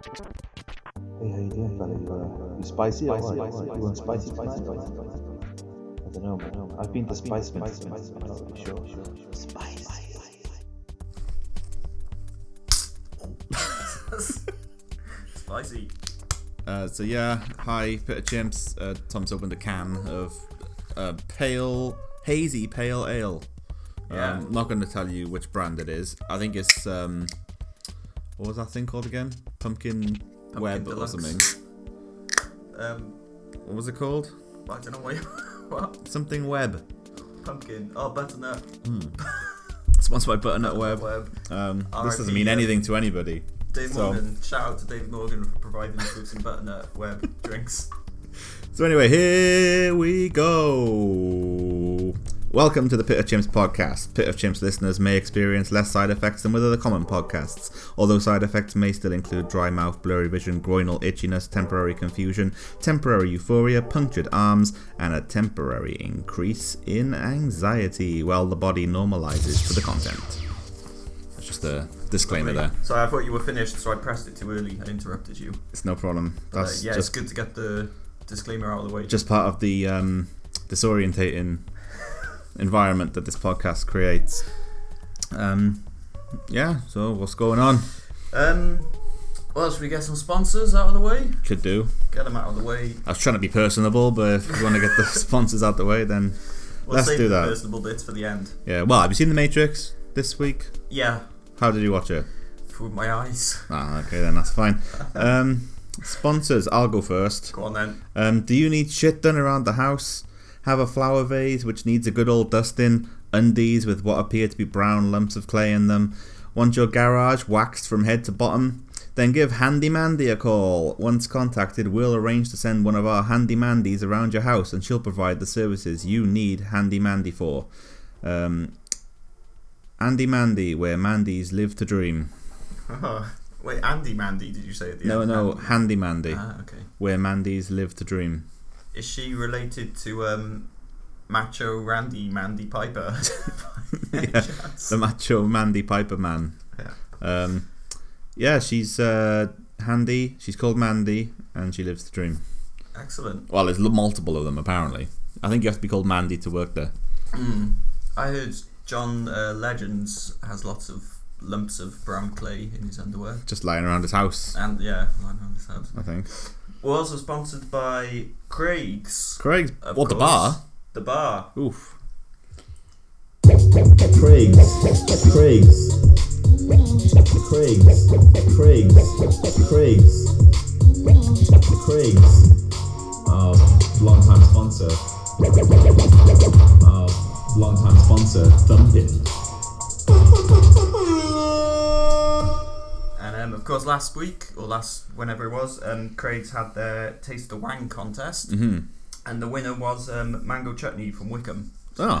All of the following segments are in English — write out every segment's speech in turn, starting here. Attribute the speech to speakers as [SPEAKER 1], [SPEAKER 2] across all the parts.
[SPEAKER 1] Hey, how you doing, fella? You, uh, you spicy or what? What? You want spicy, spicy, spicy, spicy? I don't know, man. I've been to Spice Man. I'm not really sure. Spicy.
[SPEAKER 2] Spicy.
[SPEAKER 3] Uh, so yeah, hi, Peter Chimps. Uh, Tom's opened a can of uh, pale, hazy pale ale.
[SPEAKER 2] Yeah.
[SPEAKER 3] Um, not going to tell you which brand it is. I think it's um, what was that thing called again? Pumpkin, web or
[SPEAKER 2] Deluxe.
[SPEAKER 3] something.
[SPEAKER 2] Um,
[SPEAKER 3] What was it called?
[SPEAKER 2] I don't know why. what?
[SPEAKER 3] Something web.
[SPEAKER 2] Pumpkin. Oh, butternut.
[SPEAKER 3] Sponsored by Butternut Web.
[SPEAKER 2] Web.
[SPEAKER 3] Um, this
[SPEAKER 2] RIP,
[SPEAKER 3] doesn't mean
[SPEAKER 2] um,
[SPEAKER 3] anything to anybody.
[SPEAKER 2] Dave
[SPEAKER 3] So-
[SPEAKER 2] Morgan. Shout out to Dave Morgan for providing us with some butternut web drinks.
[SPEAKER 3] So anyway, here we go. Welcome to the Pit of Chimps podcast. Pit of Chimps listeners may experience less side effects than with other common podcasts, although side effects may still include dry mouth, blurry vision, groinal itchiness, temporary confusion, temporary euphoria, punctured arms, and a temporary increase in anxiety while the body normalizes to the content. That's just a disclaimer there.
[SPEAKER 2] So I thought you were finished, so I pressed it too early and interrupted you.
[SPEAKER 3] It's no problem.
[SPEAKER 2] But
[SPEAKER 3] That's
[SPEAKER 2] Uh, yeah, it's
[SPEAKER 3] just
[SPEAKER 2] good to get the disclaimer out of the way.
[SPEAKER 3] just part of the um, disorientating environment that this podcast creates. Um, yeah, so what's going on?
[SPEAKER 2] Um, well, should we get some sponsors out of the way?
[SPEAKER 3] Could do.
[SPEAKER 2] Get them out of the way.
[SPEAKER 3] I was trying to be personable, but if you want to get the sponsors out the way, then
[SPEAKER 2] We'll
[SPEAKER 3] Let's
[SPEAKER 2] save
[SPEAKER 3] do
[SPEAKER 2] the
[SPEAKER 3] that.
[SPEAKER 2] personable bits for the end.
[SPEAKER 3] yeah. Well, have you seen The Matrix this week?
[SPEAKER 2] Yeah,
[SPEAKER 3] How did you watch it?
[SPEAKER 2] through my eyes.
[SPEAKER 3] Ah, okay, then that's fine. Um, sponsors, I'll go first.
[SPEAKER 2] Go on then.
[SPEAKER 3] Um, do you need shit done around the house? Have a flower vase which needs a good old dusting, undies with what appear to be brown lumps of clay in them. Want your garage waxed from head to bottom? Then give Handy Mandy a call. Once contacted, we'll arrange to send one of our Handy Mandys around your house and she'll provide the services you need Handy Mandy for. Um, Andy Mandy, where Mandy's live to dream.
[SPEAKER 2] Wait, Andy Mandy, did you say at the
[SPEAKER 3] No,
[SPEAKER 2] end?
[SPEAKER 3] no,
[SPEAKER 2] Andy.
[SPEAKER 3] Handy Mandy,
[SPEAKER 2] Ah, okay.
[SPEAKER 3] where Mandy's live to dream.
[SPEAKER 2] Is she related to um, Macho Randy Mandy Piper?
[SPEAKER 3] Yeah. the macho Mandy Piper man.
[SPEAKER 2] Yeah.
[SPEAKER 3] Um, yeah, she's uh, handy. She's called Mandy, and she lives the dream.
[SPEAKER 2] Excellent.
[SPEAKER 3] Well, there's l- multiple of them apparently. I think you have to be called Mandy to work there.
[SPEAKER 2] Mm. I heard John uh, Legends has lots of lumps of brown clay in his underwear.
[SPEAKER 3] Just lying around his house,
[SPEAKER 2] And yeah, I know this house.
[SPEAKER 3] I think.
[SPEAKER 2] We're also sponsored by Craig's.
[SPEAKER 3] Craig's
[SPEAKER 2] Of
[SPEAKER 3] what the
[SPEAKER 2] course.
[SPEAKER 3] bar?
[SPEAKER 2] The bar.
[SPEAKER 3] Oof.
[SPEAKER 4] Craig's, Craig's, Craig's, Craig's, Craig's, Craig's. Uh, long time sponsor. Uh, long time sponsor. Thumpin'.
[SPEAKER 2] And um, of course, last week, or last whenever it was, um, Craig's had their Taste the Wang contest.
[SPEAKER 3] hmm
[SPEAKER 2] And the winner was um, Mango Chutney from Wickham. So
[SPEAKER 3] Oh.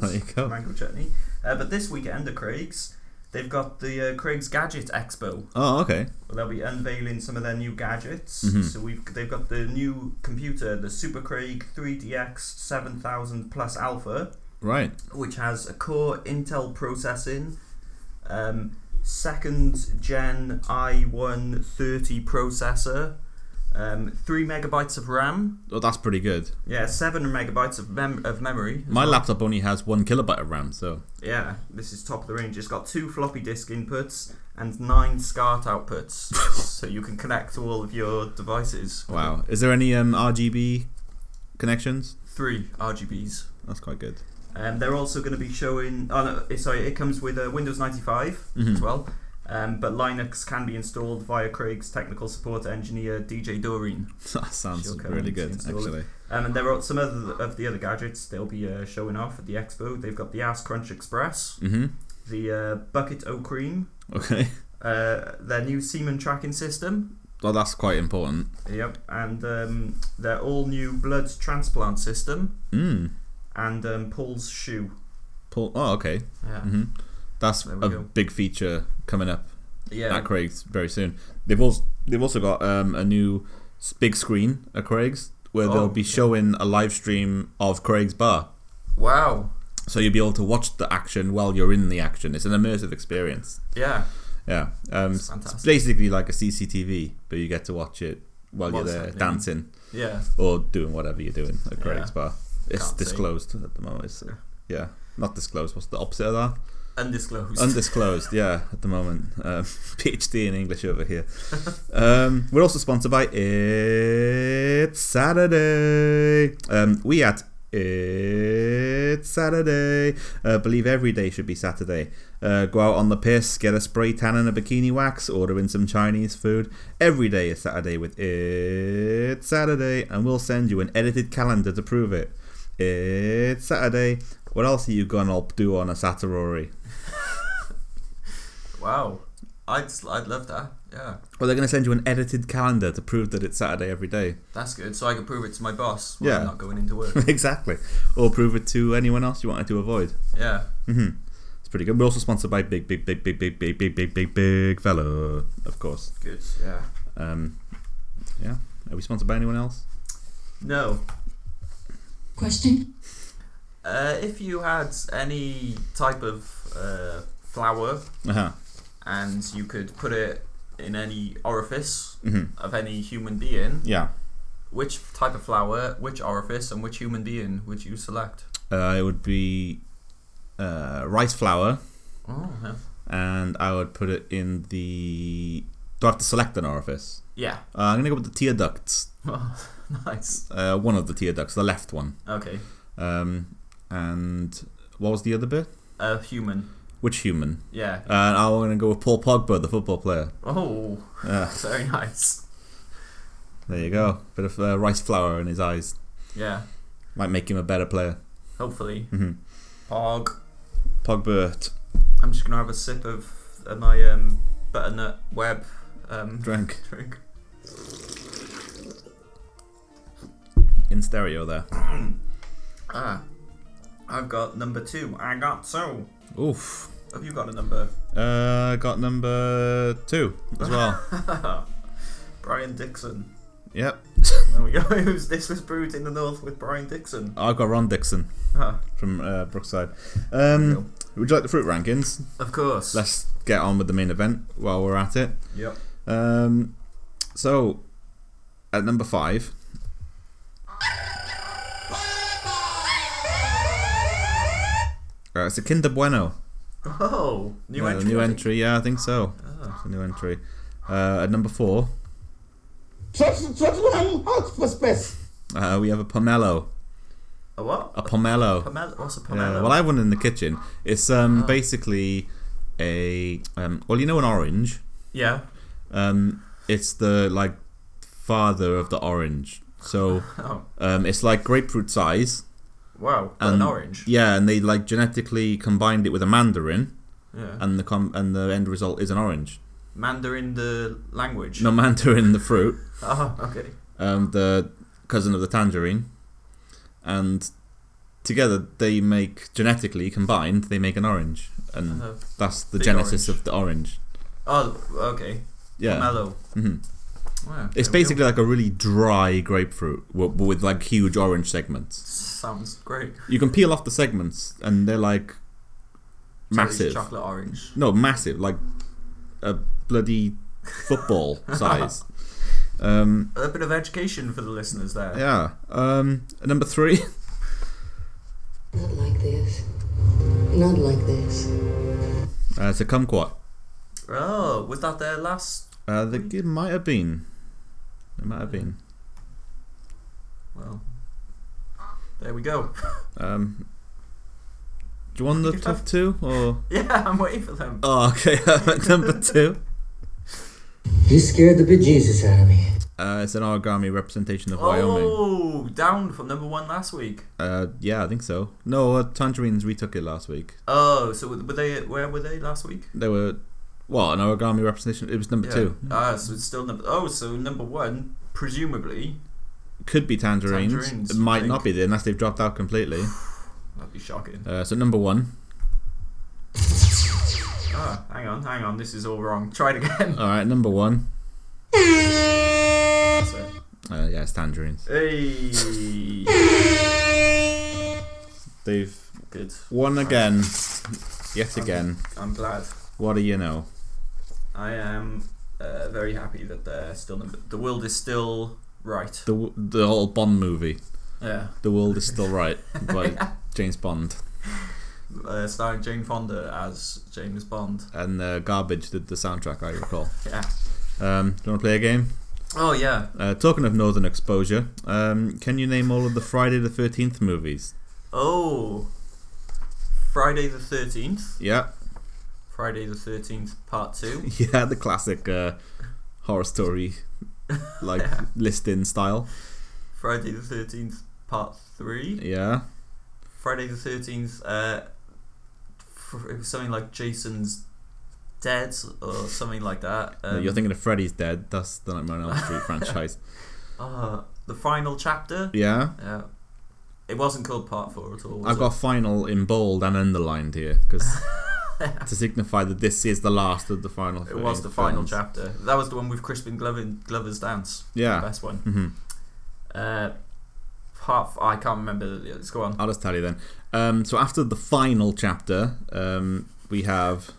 [SPEAKER 3] There you go.
[SPEAKER 2] Mango Chutney. Uh, but this weekend at Craig's, they've got the uh, Craig's Gadget Expo.
[SPEAKER 3] Oh, okay.
[SPEAKER 2] They'll be unveiling some of their new gadgets.
[SPEAKER 3] Mhm.
[SPEAKER 2] So we've they've got the new computer, the Super Craig 3DX 7000 Plus Alpha,
[SPEAKER 3] Right.
[SPEAKER 2] which has a core Intel processing, um, second gen i130 processor, um, three megabytes of RAM.
[SPEAKER 3] Well, that's pretty good.
[SPEAKER 2] Yeah, seven megabytes of mem- of memory.
[SPEAKER 3] My laptop only has one kilobyte of RAM, so
[SPEAKER 2] Yeah, this is top of the range. It's got two floppy disk inputs and nine SCART outputs, so you can connect to all of your devices.
[SPEAKER 3] wow. Is there any um, RGB connections?
[SPEAKER 2] Three RGBs.
[SPEAKER 3] That's quite good.
[SPEAKER 2] Um, they're also going to be showing. Oh no, eh, sorry, it comes with uh, Windows 95
[SPEAKER 3] Mhm.
[SPEAKER 2] as well. Um, but Linux can be installed via Craig's technical support engineer DJ Doreen.
[SPEAKER 3] that sounds
[SPEAKER 2] She'll come
[SPEAKER 3] really
[SPEAKER 2] and
[SPEAKER 3] good,
[SPEAKER 2] install it.
[SPEAKER 3] actually.
[SPEAKER 2] Um, and there are some other of the other gadgets they'll be uh, showing off at the expo. They've got the Ass Crunch Express,
[SPEAKER 3] Mm-hmm.
[SPEAKER 2] the uh, Bucket O Cream,
[SPEAKER 3] Okay.
[SPEAKER 2] uh, their new semen tracking system.
[SPEAKER 3] Well, that's quite important.
[SPEAKER 2] Yep, and um, their all new blood transplant system
[SPEAKER 3] Mm.
[SPEAKER 2] and um, Paul's shoe.
[SPEAKER 3] Paul. Oh, okay.
[SPEAKER 2] Yeah,
[SPEAKER 3] hmm That's
[SPEAKER 2] There
[SPEAKER 3] a
[SPEAKER 2] we go.
[SPEAKER 3] big feature coming up
[SPEAKER 2] yeah,
[SPEAKER 3] at Craig's very soon. They've also they've also got um, a new s- big screen at Craig's where
[SPEAKER 2] Oh,
[SPEAKER 3] they'll be
[SPEAKER 2] yeah.
[SPEAKER 3] showing a live stream of Craig's bar,
[SPEAKER 2] wow,
[SPEAKER 3] so you'll be able to watch the action while you're in the action. It's an immersive experience.
[SPEAKER 2] yeah.
[SPEAKER 3] Yeah. Um,
[SPEAKER 2] It's
[SPEAKER 3] it's
[SPEAKER 2] fantastic.
[SPEAKER 3] basically like a CCTV, but you get to watch it while
[SPEAKER 2] Whilst
[SPEAKER 3] you're there
[SPEAKER 2] happening.
[SPEAKER 3] dancing
[SPEAKER 2] Yeah.
[SPEAKER 3] or doing whatever you're doing at Greg's
[SPEAKER 2] Yeah.
[SPEAKER 3] Bar. It's
[SPEAKER 2] Can't see.
[SPEAKER 3] disclosed at the moment. It's, yeah. Not disclosed. What's the opposite of that?
[SPEAKER 2] Undisclosed.
[SPEAKER 3] Undisclosed, yeah, at the moment. Um, PhD in English over here. Um, we're also sponsored by It's Saturday. Um, we at It's Saturday. Uh, believe every day should be Saturday. Uh, go out on the piss, get a spray tan and a bikini wax, order in some Chinese food. Every day is Saturday with It's Saturday, and we'll send you an edited calendar to prove it. It's Saturday. What else are you gonna do on a Saturday?
[SPEAKER 2] wow. I'd, I'd love that. Yeah.
[SPEAKER 3] Well, they're going to send you an edited calendar to prove that it's Saturday every day.
[SPEAKER 2] That's good. So I can prove it to my boss when
[SPEAKER 3] Yeah.
[SPEAKER 2] I'm not going into work.
[SPEAKER 3] exactly. Or prove it to anyone else you wanted to avoid.
[SPEAKER 2] yeah.
[SPEAKER 3] Mm-hmm. It's pretty good. We're also sponsored by Big, Big, Big, Big, Big, Big, Big, Big, Big, Big Fellow, of course.
[SPEAKER 2] Good. Yeah.
[SPEAKER 3] Um, yeah. Are we sponsored by anyone else?
[SPEAKER 2] No.
[SPEAKER 5] Question.
[SPEAKER 2] Uh, if you had any type of uh, flower
[SPEAKER 3] Uh huh.
[SPEAKER 2] and you could put it in any orifice
[SPEAKER 3] hmm
[SPEAKER 2] of any human being,
[SPEAKER 3] Yeah.
[SPEAKER 2] which type of flower, which orifice, and which human being would you select?
[SPEAKER 3] Uh, it would be uh, rice flour,
[SPEAKER 2] Oh, yeah.
[SPEAKER 3] and I would put it in the. Do I have to select an orifice?
[SPEAKER 2] Yeah.
[SPEAKER 3] Uh, I'm going to go with the tear ducts.
[SPEAKER 2] Oh, nice.
[SPEAKER 3] Uh, one of the tear ducts, the left one.
[SPEAKER 2] Okay.
[SPEAKER 3] Um, and what was the other bit?
[SPEAKER 2] A human.
[SPEAKER 3] Which human?
[SPEAKER 2] Yeah.
[SPEAKER 3] Uh, I'm going to go with Paul Pogba, the football player.
[SPEAKER 2] Oh,
[SPEAKER 3] Yeah,
[SPEAKER 2] very nice.
[SPEAKER 3] there you go. Bit of uh, rice flour in his eyes.
[SPEAKER 2] Yeah.
[SPEAKER 3] Might make him a better player.
[SPEAKER 2] Hopefully.
[SPEAKER 3] Mhm.
[SPEAKER 2] Pog.
[SPEAKER 3] Pogba
[SPEAKER 2] I'm just gonna have a sip of uh, my um, butternut web um,
[SPEAKER 3] drank
[SPEAKER 2] drink.
[SPEAKER 3] in stereo there.
[SPEAKER 2] Ah, I've got number two. I got so.
[SPEAKER 3] Oof.
[SPEAKER 2] Have you got a number?
[SPEAKER 3] Uh, got number two as well.
[SPEAKER 2] Brian Dixon.
[SPEAKER 3] yep.
[SPEAKER 2] There we go. It was- this was brewed in the north with Brian Dixon.
[SPEAKER 3] I've got Ron Dixon
[SPEAKER 2] Ah,
[SPEAKER 3] from uh, Brookside. Um, would you like the fruit rankings?
[SPEAKER 2] of course.
[SPEAKER 3] Let's get on with the main event while we're at it.
[SPEAKER 2] Yep.
[SPEAKER 3] Um, so, at number five. Uh, it's a Kinder Bueno.
[SPEAKER 2] Oh, new
[SPEAKER 3] Uh,
[SPEAKER 2] entry.
[SPEAKER 3] New
[SPEAKER 2] I think.
[SPEAKER 3] entry, yeah, I think so.
[SPEAKER 2] Ah,
[SPEAKER 3] It's a new entry. Uh, at number four,
[SPEAKER 6] Church, church, man, out for space.
[SPEAKER 3] uh, we have a pomelo.
[SPEAKER 2] a what?
[SPEAKER 3] A pomelo.
[SPEAKER 2] pomelo. What's a pomelo? Ah.
[SPEAKER 3] Yeah, well, I have one in the kitchen. It's um, basically a um, well, you know, an orange.
[SPEAKER 2] yeah.
[SPEAKER 3] Um, it's the like father of the orange. So
[SPEAKER 2] Oh,
[SPEAKER 3] um, it's like grapefruit size,
[SPEAKER 2] wow. But an
[SPEAKER 3] And-
[SPEAKER 2] orange.
[SPEAKER 3] Yeah, and they like genetically combined it with a mandarin,
[SPEAKER 2] Yeah.
[SPEAKER 3] and the com- and the end result is an orange.
[SPEAKER 2] Mandarin the language.
[SPEAKER 3] No mandarin, the fruit,
[SPEAKER 2] Oh, okay.
[SPEAKER 3] um, the cousin of the tangerine, and together they make genetically combined. They make an orange, and
[SPEAKER 2] Uh,
[SPEAKER 3] that's the
[SPEAKER 2] Big
[SPEAKER 3] genesis
[SPEAKER 2] orange.
[SPEAKER 3] of the orange.
[SPEAKER 2] oh, okay.
[SPEAKER 3] Yeah,
[SPEAKER 2] Mellow.
[SPEAKER 3] hmm
[SPEAKER 2] Wow,
[SPEAKER 3] it's
[SPEAKER 2] there we go.
[SPEAKER 3] basically like a really dry grapefruit, w- but with like huge orange segments.
[SPEAKER 2] Sounds great.
[SPEAKER 3] You can peel off the segments, and they're like
[SPEAKER 2] Cherry
[SPEAKER 3] massive.
[SPEAKER 2] chocolate orange.
[SPEAKER 3] No, massive, like a bloody football size. Um,
[SPEAKER 2] A bit of education for the listeners there.
[SPEAKER 3] yeah. Um, number three.
[SPEAKER 7] Not like this. Not like this.
[SPEAKER 3] Uh, it's a kumquat.
[SPEAKER 2] Oh, was that their last?
[SPEAKER 3] Uh, the, it might have been. It might have been.
[SPEAKER 2] Well, there we go.
[SPEAKER 3] Um, do you want the top two or?
[SPEAKER 2] Yeah, I'm waiting for them.
[SPEAKER 3] Oh, okay. at number two.
[SPEAKER 7] You scared the bejesus out of me.
[SPEAKER 3] Uh, it's an origami representation of Wyoming.
[SPEAKER 2] Oh, down from number one last week.
[SPEAKER 3] Uh, yeah, I think so. No, uh, tangerines retook it last week.
[SPEAKER 2] Oh, so were they? Where were they last week?
[SPEAKER 3] They were, well, an origami representation. It was number two.
[SPEAKER 2] Ah, so it's still number. Oh, so number one, presumably.
[SPEAKER 3] Could be tangerines.
[SPEAKER 2] Tangerines,
[SPEAKER 3] it
[SPEAKER 2] you
[SPEAKER 3] might
[SPEAKER 2] think?
[SPEAKER 3] not be there unless they've dropped out completely.
[SPEAKER 2] That'd be shocking.
[SPEAKER 3] Uh, so number one.
[SPEAKER 2] Ah, hang on, hang on. This is all wrong. Try it again.
[SPEAKER 3] All right, number one.
[SPEAKER 2] That's it.
[SPEAKER 3] Uh, yeah, it's tangerines.
[SPEAKER 2] Hey.
[SPEAKER 3] They've
[SPEAKER 2] Good.
[SPEAKER 3] won again, yet again.
[SPEAKER 2] I'm glad.
[SPEAKER 3] What do you know?
[SPEAKER 2] I am uh, very happy that they're still number. The world is still right.
[SPEAKER 3] The w- the whole Bond movie,
[SPEAKER 2] Yeah,
[SPEAKER 3] The World Is Still Right by James Bond,
[SPEAKER 2] uh, starring Jane Fonda as James Bond.
[SPEAKER 3] and uh, Garbage did the soundtrack. I recall.
[SPEAKER 2] Yeah.
[SPEAKER 3] Um, do you want to play a game?
[SPEAKER 2] Oh yeah.
[SPEAKER 3] Uh, talking of Northern Exposure, um, can you name all of the Friday the Thirteenth movies?
[SPEAKER 2] Oh. Friday the thirteenth.
[SPEAKER 3] Yeah,
[SPEAKER 2] Friday the thirteenth part two.
[SPEAKER 3] yeah, the classic uh, horror story like listing style.
[SPEAKER 2] Friday the thirteenth part three.
[SPEAKER 3] Yeah,
[SPEAKER 2] Friday the thirteenth. Uh, fr- it was something like Jason's dead or something like that.
[SPEAKER 3] No,
[SPEAKER 2] Um,
[SPEAKER 3] Uh, you're thinking of Freddy's Dead. That's the Nightmare on Elm Street franchise.
[SPEAKER 2] uh, the final chapter.
[SPEAKER 3] Yeah.
[SPEAKER 2] Yeah. It wasn't called Part Four at all. was
[SPEAKER 3] I've
[SPEAKER 2] it?
[SPEAKER 3] got final in bold and underlined here because to signify that this is the last of the final.
[SPEAKER 2] It was the final chapter. That was the one with Crispin Glover, Glover's dance.
[SPEAKER 3] Yeah.
[SPEAKER 2] The best one.
[SPEAKER 3] hmm
[SPEAKER 2] Uh, part f- I can't remember. the- Let's go on.
[SPEAKER 3] I'll just tell you then. Um, so after the final chapter, um, we have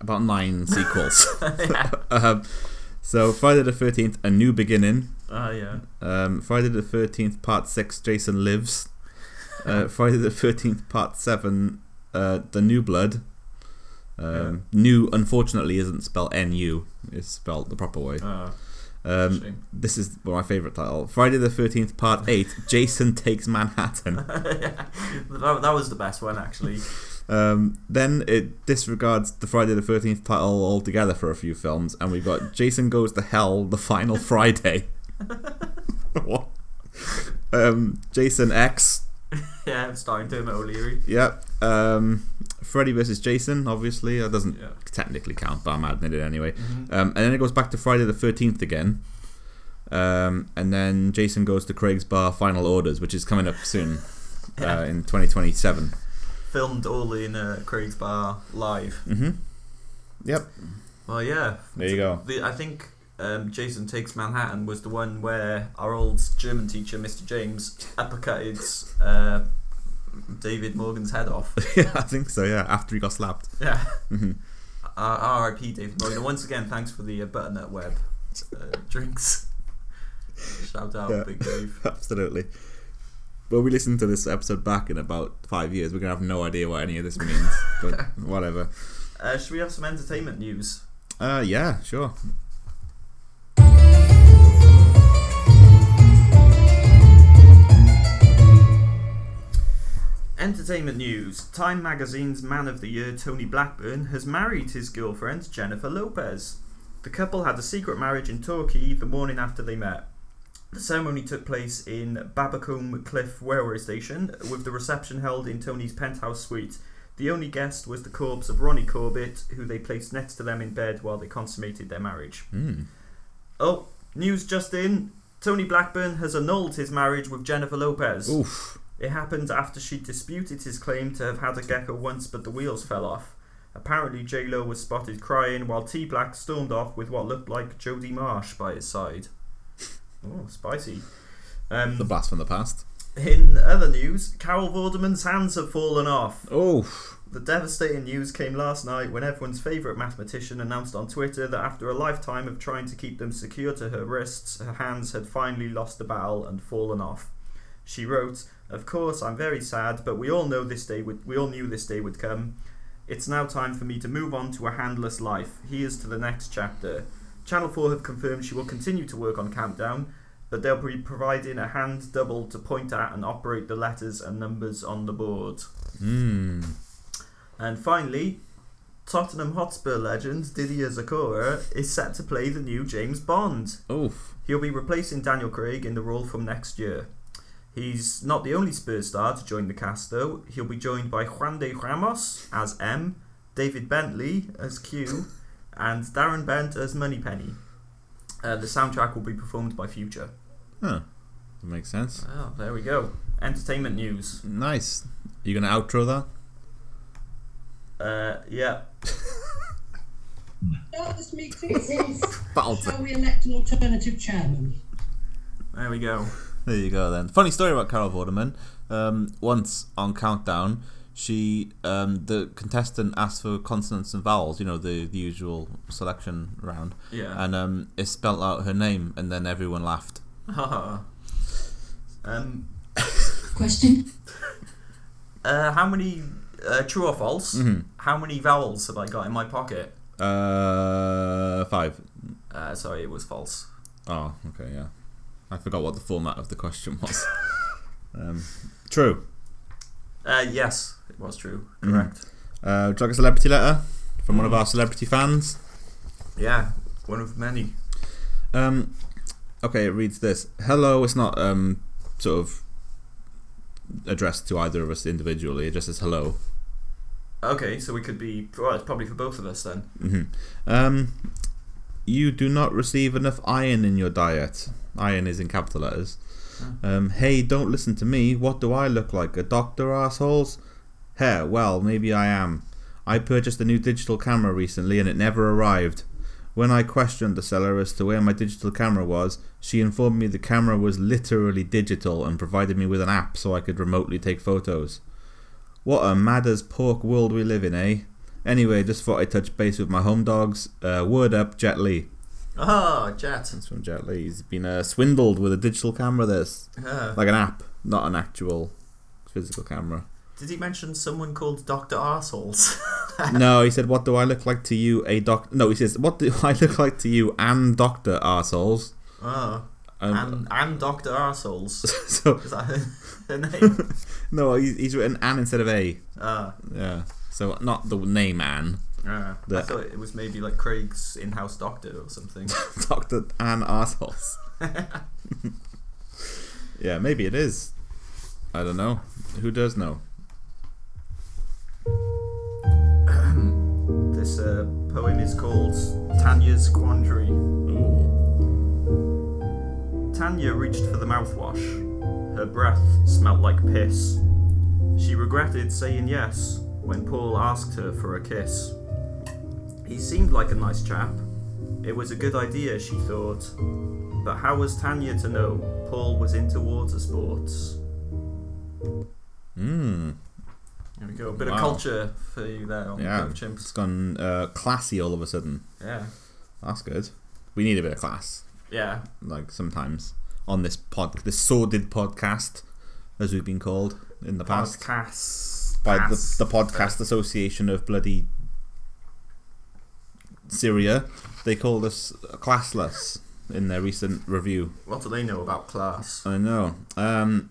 [SPEAKER 3] about nine sequels. um, so Friday the Thirteenth: A New Beginning.
[SPEAKER 2] Oh yeah.
[SPEAKER 3] Um, Friday the Thirteenth Part Six: Jason Lives. Uh, Friday the Thirteenth Part Seven: uh, The New Blood. Um, New, unfortunately, isn't spelled N U. It's spelled the proper way.
[SPEAKER 2] Oh,
[SPEAKER 3] Um,
[SPEAKER 2] shame.
[SPEAKER 3] this is one of my favorite title. Friday the Thirteenth Part Eight: Jason Takes Manhattan.
[SPEAKER 2] that, that was the best one actually.
[SPEAKER 3] Um, then it disregards the Friday the Thirteenth title altogether for a few films, and we've got Jason Goes to Hell, The Final Friday. what? Um, Jason X,
[SPEAKER 2] yeah, I'm starting to O'Leary.
[SPEAKER 3] Yep. Um, Freddy versus Jason, obviously. That doesn't
[SPEAKER 2] Yeah.
[SPEAKER 3] technically count, but I'm adding it anyway.
[SPEAKER 2] Mm-hmm.
[SPEAKER 3] Um, and then it goes back to Friday the 13th again. Um, and then Jason goes to Craig's Bar Final Orders, which is coming up soon uh, in 2027.
[SPEAKER 2] Filmed all in uh, Craig's bar live.
[SPEAKER 3] hmm Yep.
[SPEAKER 2] Well, yeah.
[SPEAKER 3] There you go.
[SPEAKER 2] The, I think um, Jason Takes Manhattan was the one where our old German teacher, Mr. James, uppercutted uh, David Morgan's head off.
[SPEAKER 3] yeah, I think so, yeah. After he got slapped. Mm-hmm.
[SPEAKER 2] Yeah. R- RIP David Morgan. And once again, thanks for the uh, butternut web uh, drinks. Shout out,
[SPEAKER 3] Yeah.
[SPEAKER 2] Big Dave.
[SPEAKER 3] Absolutely. When we listen to this episode back in about five years, we're going to have no idea what any of this means. but whatever.
[SPEAKER 2] Uh, should we have some entertainment news?
[SPEAKER 3] Uh, yeah, sure.
[SPEAKER 2] Entertainment news. Time magazine's Man of the Year, Tony Blackburn, has married his girlfriend, Jennifer Lopez. The couple had a secret marriage in Torquay the morning after they met. The ceremony took place in Babacombe Cliff Railway Station, with the reception held in Tony's penthouse suite. The only guest was the corpse of Ronnie Corbett, who they placed next to them in bed while they consummated their marriage.
[SPEAKER 3] Hmm.
[SPEAKER 2] Oh, news just in. Tony Blackburn has annulled his marriage with Jennifer Lopez.
[SPEAKER 3] Oof.
[SPEAKER 2] It happened after she disputed his claim to have had a gecko once, but the wheels fell off. Apparently, J Lo was spotted crying while T Black stormed off with what looked like Jodie Marsh by his side. Oh, spicy.
[SPEAKER 3] The
[SPEAKER 2] Um,
[SPEAKER 3] blast from the past.
[SPEAKER 2] in other news, Carol Vorderman's hands have fallen off.
[SPEAKER 3] Oof.
[SPEAKER 2] The devastating news came last night when everyone's favourite mathematician announced on Twitter that after a lifetime of trying to keep them secure to her wrists, her hands had finally lost the battle and fallen off. She wrote, "Of course, I'm very sad, but we all know this day would we all knew this day would come. It's now time for me to move on to a handless life. Here's to the next chapter." Channel 4 have confirmed she will continue to work on Countdown, but they'll be providing a hand double to point at and operate the letters and numbers on the board.
[SPEAKER 3] Hmm.
[SPEAKER 2] And finally, Tottenham Hotspur legend Didier Zakora is set to play the new James Bond.
[SPEAKER 3] Oof.
[SPEAKER 2] He'll be replacing Daniel Craig in the role from next year. He's not the only Spurs star to join the cast, though. He'll be joined by Juan de Ramos as M, David Bentley as Q, and Darren Bent as Moneypenny. Uh, the soundtrack will be performed by Future.
[SPEAKER 3] Huh. That makes sense.
[SPEAKER 2] Oh, there we go. Entertainment news.
[SPEAKER 3] Nice. You gonna outro that?
[SPEAKER 2] Uh, yeah.
[SPEAKER 8] Does make sense?
[SPEAKER 3] Baltic.
[SPEAKER 8] Shall we elect an alternative chairman?
[SPEAKER 2] There we go.
[SPEAKER 3] There you go then. Funny story about Carol Vorderman. Um, once on Countdown, she um, the contestant asked for consonants and vowels, you know, the, the usual selection round.
[SPEAKER 2] Yeah.
[SPEAKER 3] And um, it spelled out her name, and then everyone laughed.
[SPEAKER 2] um,
[SPEAKER 5] Question.
[SPEAKER 2] uh, how many uh, true or false?
[SPEAKER 3] Mm-hmm.
[SPEAKER 2] How many vowels have I got in my pocket?
[SPEAKER 3] Uh, five.
[SPEAKER 2] Uh, sorry, it was false.
[SPEAKER 3] Oh, okay, yeah. I forgot what the format of the question was. um, true.
[SPEAKER 2] Uh, yes, it was true. Correct.
[SPEAKER 3] Uh, would you like a celebrity letter from one of our celebrity fans?
[SPEAKER 2] Yeah, one of many.
[SPEAKER 3] Um, okay, it reads this. Hello, it's not um, sort of addressed to either of us individually. It just says hello.
[SPEAKER 2] Okay, so we could be. Well, it's probably for both of us then.
[SPEAKER 3] Um, you do not receive enough iron in your diet. Iron is in capital letters. Um, hey, don't listen to me. What do I look like? A doctor, assholes? Heh, well, maybe I am. I purchased a new digital camera recently and it never arrived. When I questioned the seller as to where my digital camera was, she informed me the camera was literally digital and provided me with an app so I could remotely take photos. What a mad as pork world we live in, eh? Anyway, just thought I'd touch base with my home dogs. Uh, word up, Jet Li.
[SPEAKER 2] Ah, Jet.
[SPEAKER 3] It's from Jet Li. He's been uh, swindled with a digital camera. This
[SPEAKER 2] Uh,
[SPEAKER 3] like an app, not an actual physical camera.
[SPEAKER 2] did he mention someone called Doctor Arseholes?
[SPEAKER 3] No, he said, "What do I look like to you, a doc?" No, he says, "What do I look like to you, and Doctor Arseholes?"
[SPEAKER 2] oh,
[SPEAKER 3] Um,
[SPEAKER 2] and and Doctor Arseholes.
[SPEAKER 3] so
[SPEAKER 2] Is that her, her name?
[SPEAKER 3] no, he's, he's written Anne instead of A.
[SPEAKER 2] Ah,
[SPEAKER 3] Yeah, so not the name Anne,
[SPEAKER 2] ah. I
[SPEAKER 3] The-
[SPEAKER 2] thought it was maybe like Craig's in-house doctor or something.
[SPEAKER 3] Doctor Anne Arseholes. yeah, maybe it is. I don't know. Who does know?
[SPEAKER 2] This uh, poem is called Tanya's Quandary. Tanya reached for the mouthwash. Her breath smelt like piss. She regretted saying yes when Paul asked her for a kiss. He seemed like a nice chap. It was a good idea, she thought. But how was Tanya to know Paul was into water sports?
[SPEAKER 3] Mmm.
[SPEAKER 2] There we go. A bit
[SPEAKER 3] Wow.
[SPEAKER 2] of culture for you there on
[SPEAKER 3] Yeah,
[SPEAKER 2] Bit of Chimps.
[SPEAKER 3] it's gone uh, classy all of a sudden.
[SPEAKER 2] Yeah.
[SPEAKER 3] That's good. We need a bit of class,
[SPEAKER 2] Yeah.
[SPEAKER 3] like sometimes on this pod, this sordid podcast, as we've been called in the past
[SPEAKER 2] Podcast.
[SPEAKER 3] by the, the podcast association of bloody Syria. They called us classless in their recent review.
[SPEAKER 2] What do they know about class?
[SPEAKER 3] I know. Um,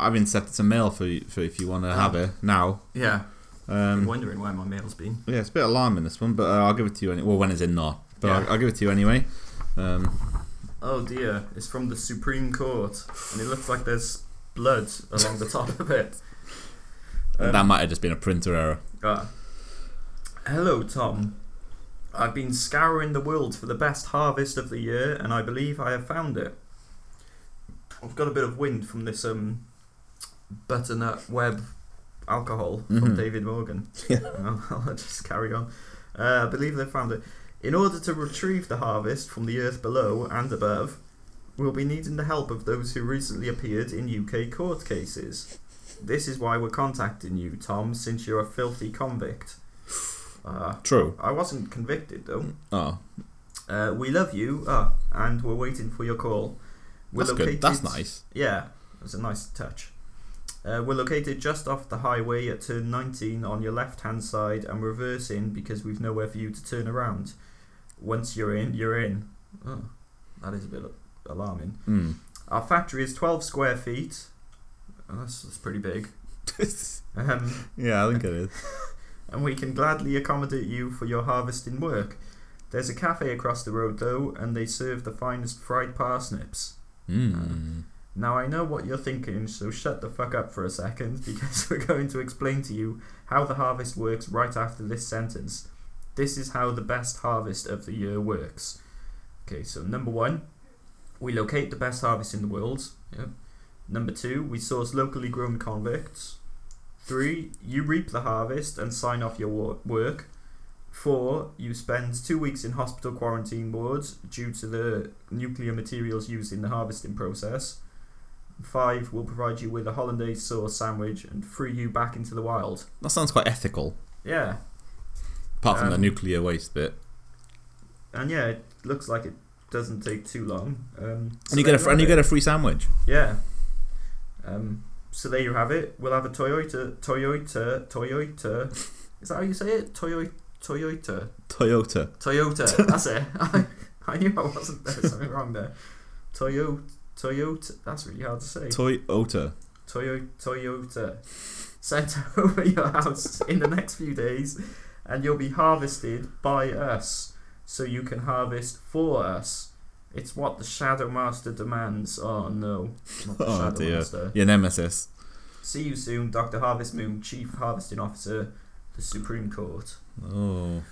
[SPEAKER 3] I've inserted some mail for you, for if you want to have
[SPEAKER 2] Oh.
[SPEAKER 3] it now.
[SPEAKER 2] Yeah.
[SPEAKER 3] Um,
[SPEAKER 2] I'm wondering where my mail's been.
[SPEAKER 3] Yeah, it's a bit alarming this one, but uh, I'll give it to you. Any- well, when is it not? But
[SPEAKER 2] Yeah.
[SPEAKER 3] I'll, I'll give it to you anyway. Um,
[SPEAKER 2] Oh dear, it's from the Supreme Court, and it looks like there's blood along the top of it. Um,
[SPEAKER 3] that might have just been a printer error.
[SPEAKER 2] Ah. hello, Tom. I've been scouring the world for the best harvest of the year, and I believe I have found it. I've got a bit of wind from this um, butternut web alcohol from
[SPEAKER 3] Mhm.
[SPEAKER 2] David Morgan. I'll I'll just carry on. Uh, I believe they found it. In order to retrieve the harvest from the earth below and above, we'll be needing the help of those who recently appeared in UK court cases. This is why we're contacting you, Tom, since you're a filthy convict. Uh,
[SPEAKER 3] True.
[SPEAKER 2] I wasn't convicted, though.
[SPEAKER 3] Oh,
[SPEAKER 2] Uh, we love you, uh, and we're waiting for your call. We're
[SPEAKER 3] that's good. That's
[SPEAKER 2] located-
[SPEAKER 3] nice.
[SPEAKER 2] yeah, it was a nice touch. Uh, we're located just off the highway at turn 19 on your left hand side and reverse in because we've nowhere for you to turn around. Once you're in, you're in. Oh, that is a bit alarming.
[SPEAKER 3] Mm.
[SPEAKER 2] Our factory is 12 square feet. Oh, that's, that's pretty big. Um,
[SPEAKER 3] yeah, I think it is.
[SPEAKER 2] and we can gladly accommodate you for your harvesting work. There's a cafe across the road though, and they serve the finest fried parsnips.
[SPEAKER 3] Mm.
[SPEAKER 2] Now I know what you're thinking, so shut the fuck up for a second because we're going to explain to you how the harvest works right after this sentence. This is how the best harvest of the year works. Okay, so number one, we locate the best harvest in the world. Yep. Number two, we source locally grown convicts. Three, you reap the harvest and sign off your wor- work. Four, you spend two weeks in hospital quarantine wards due to the nuclear materials used in the harvesting process. Five, we'll provide you with a hollandaise sauce sandwich and free you back into the wild.
[SPEAKER 3] That sounds quite ethical,
[SPEAKER 2] Yeah,
[SPEAKER 3] apart from the
[SPEAKER 2] Um,
[SPEAKER 3] nuclear waste bit.
[SPEAKER 2] and yeah, it looks like it doesn't take too long. Um, so
[SPEAKER 3] And you get a
[SPEAKER 2] there
[SPEAKER 3] fr- and you
[SPEAKER 2] have
[SPEAKER 3] get a free sandwich.
[SPEAKER 2] it. yeah. Um, so there you have it. We'll have a Toyota, Toyota, Toyota. Is that how you say it? Toyo, Toyota,
[SPEAKER 3] Toyota.
[SPEAKER 2] Toyota. That's it. I, I knew I wasn't there. Something wrong there. Toyota, Toyota. That's really hard to say.
[SPEAKER 3] Toyota.
[SPEAKER 2] Toyo- Toyota sent over your house in the next few days, and you'll be harvested by us, so you can harvest for us. It's what the Shadow Master demands. Oh no, not the
[SPEAKER 3] Oh
[SPEAKER 2] Shadow
[SPEAKER 3] dear.
[SPEAKER 2] Master.
[SPEAKER 3] Your nemesis.
[SPEAKER 2] See you soon, Doctor Harvest Moon, Chief Harvesting Officer, the Supreme Court.
[SPEAKER 3] Oh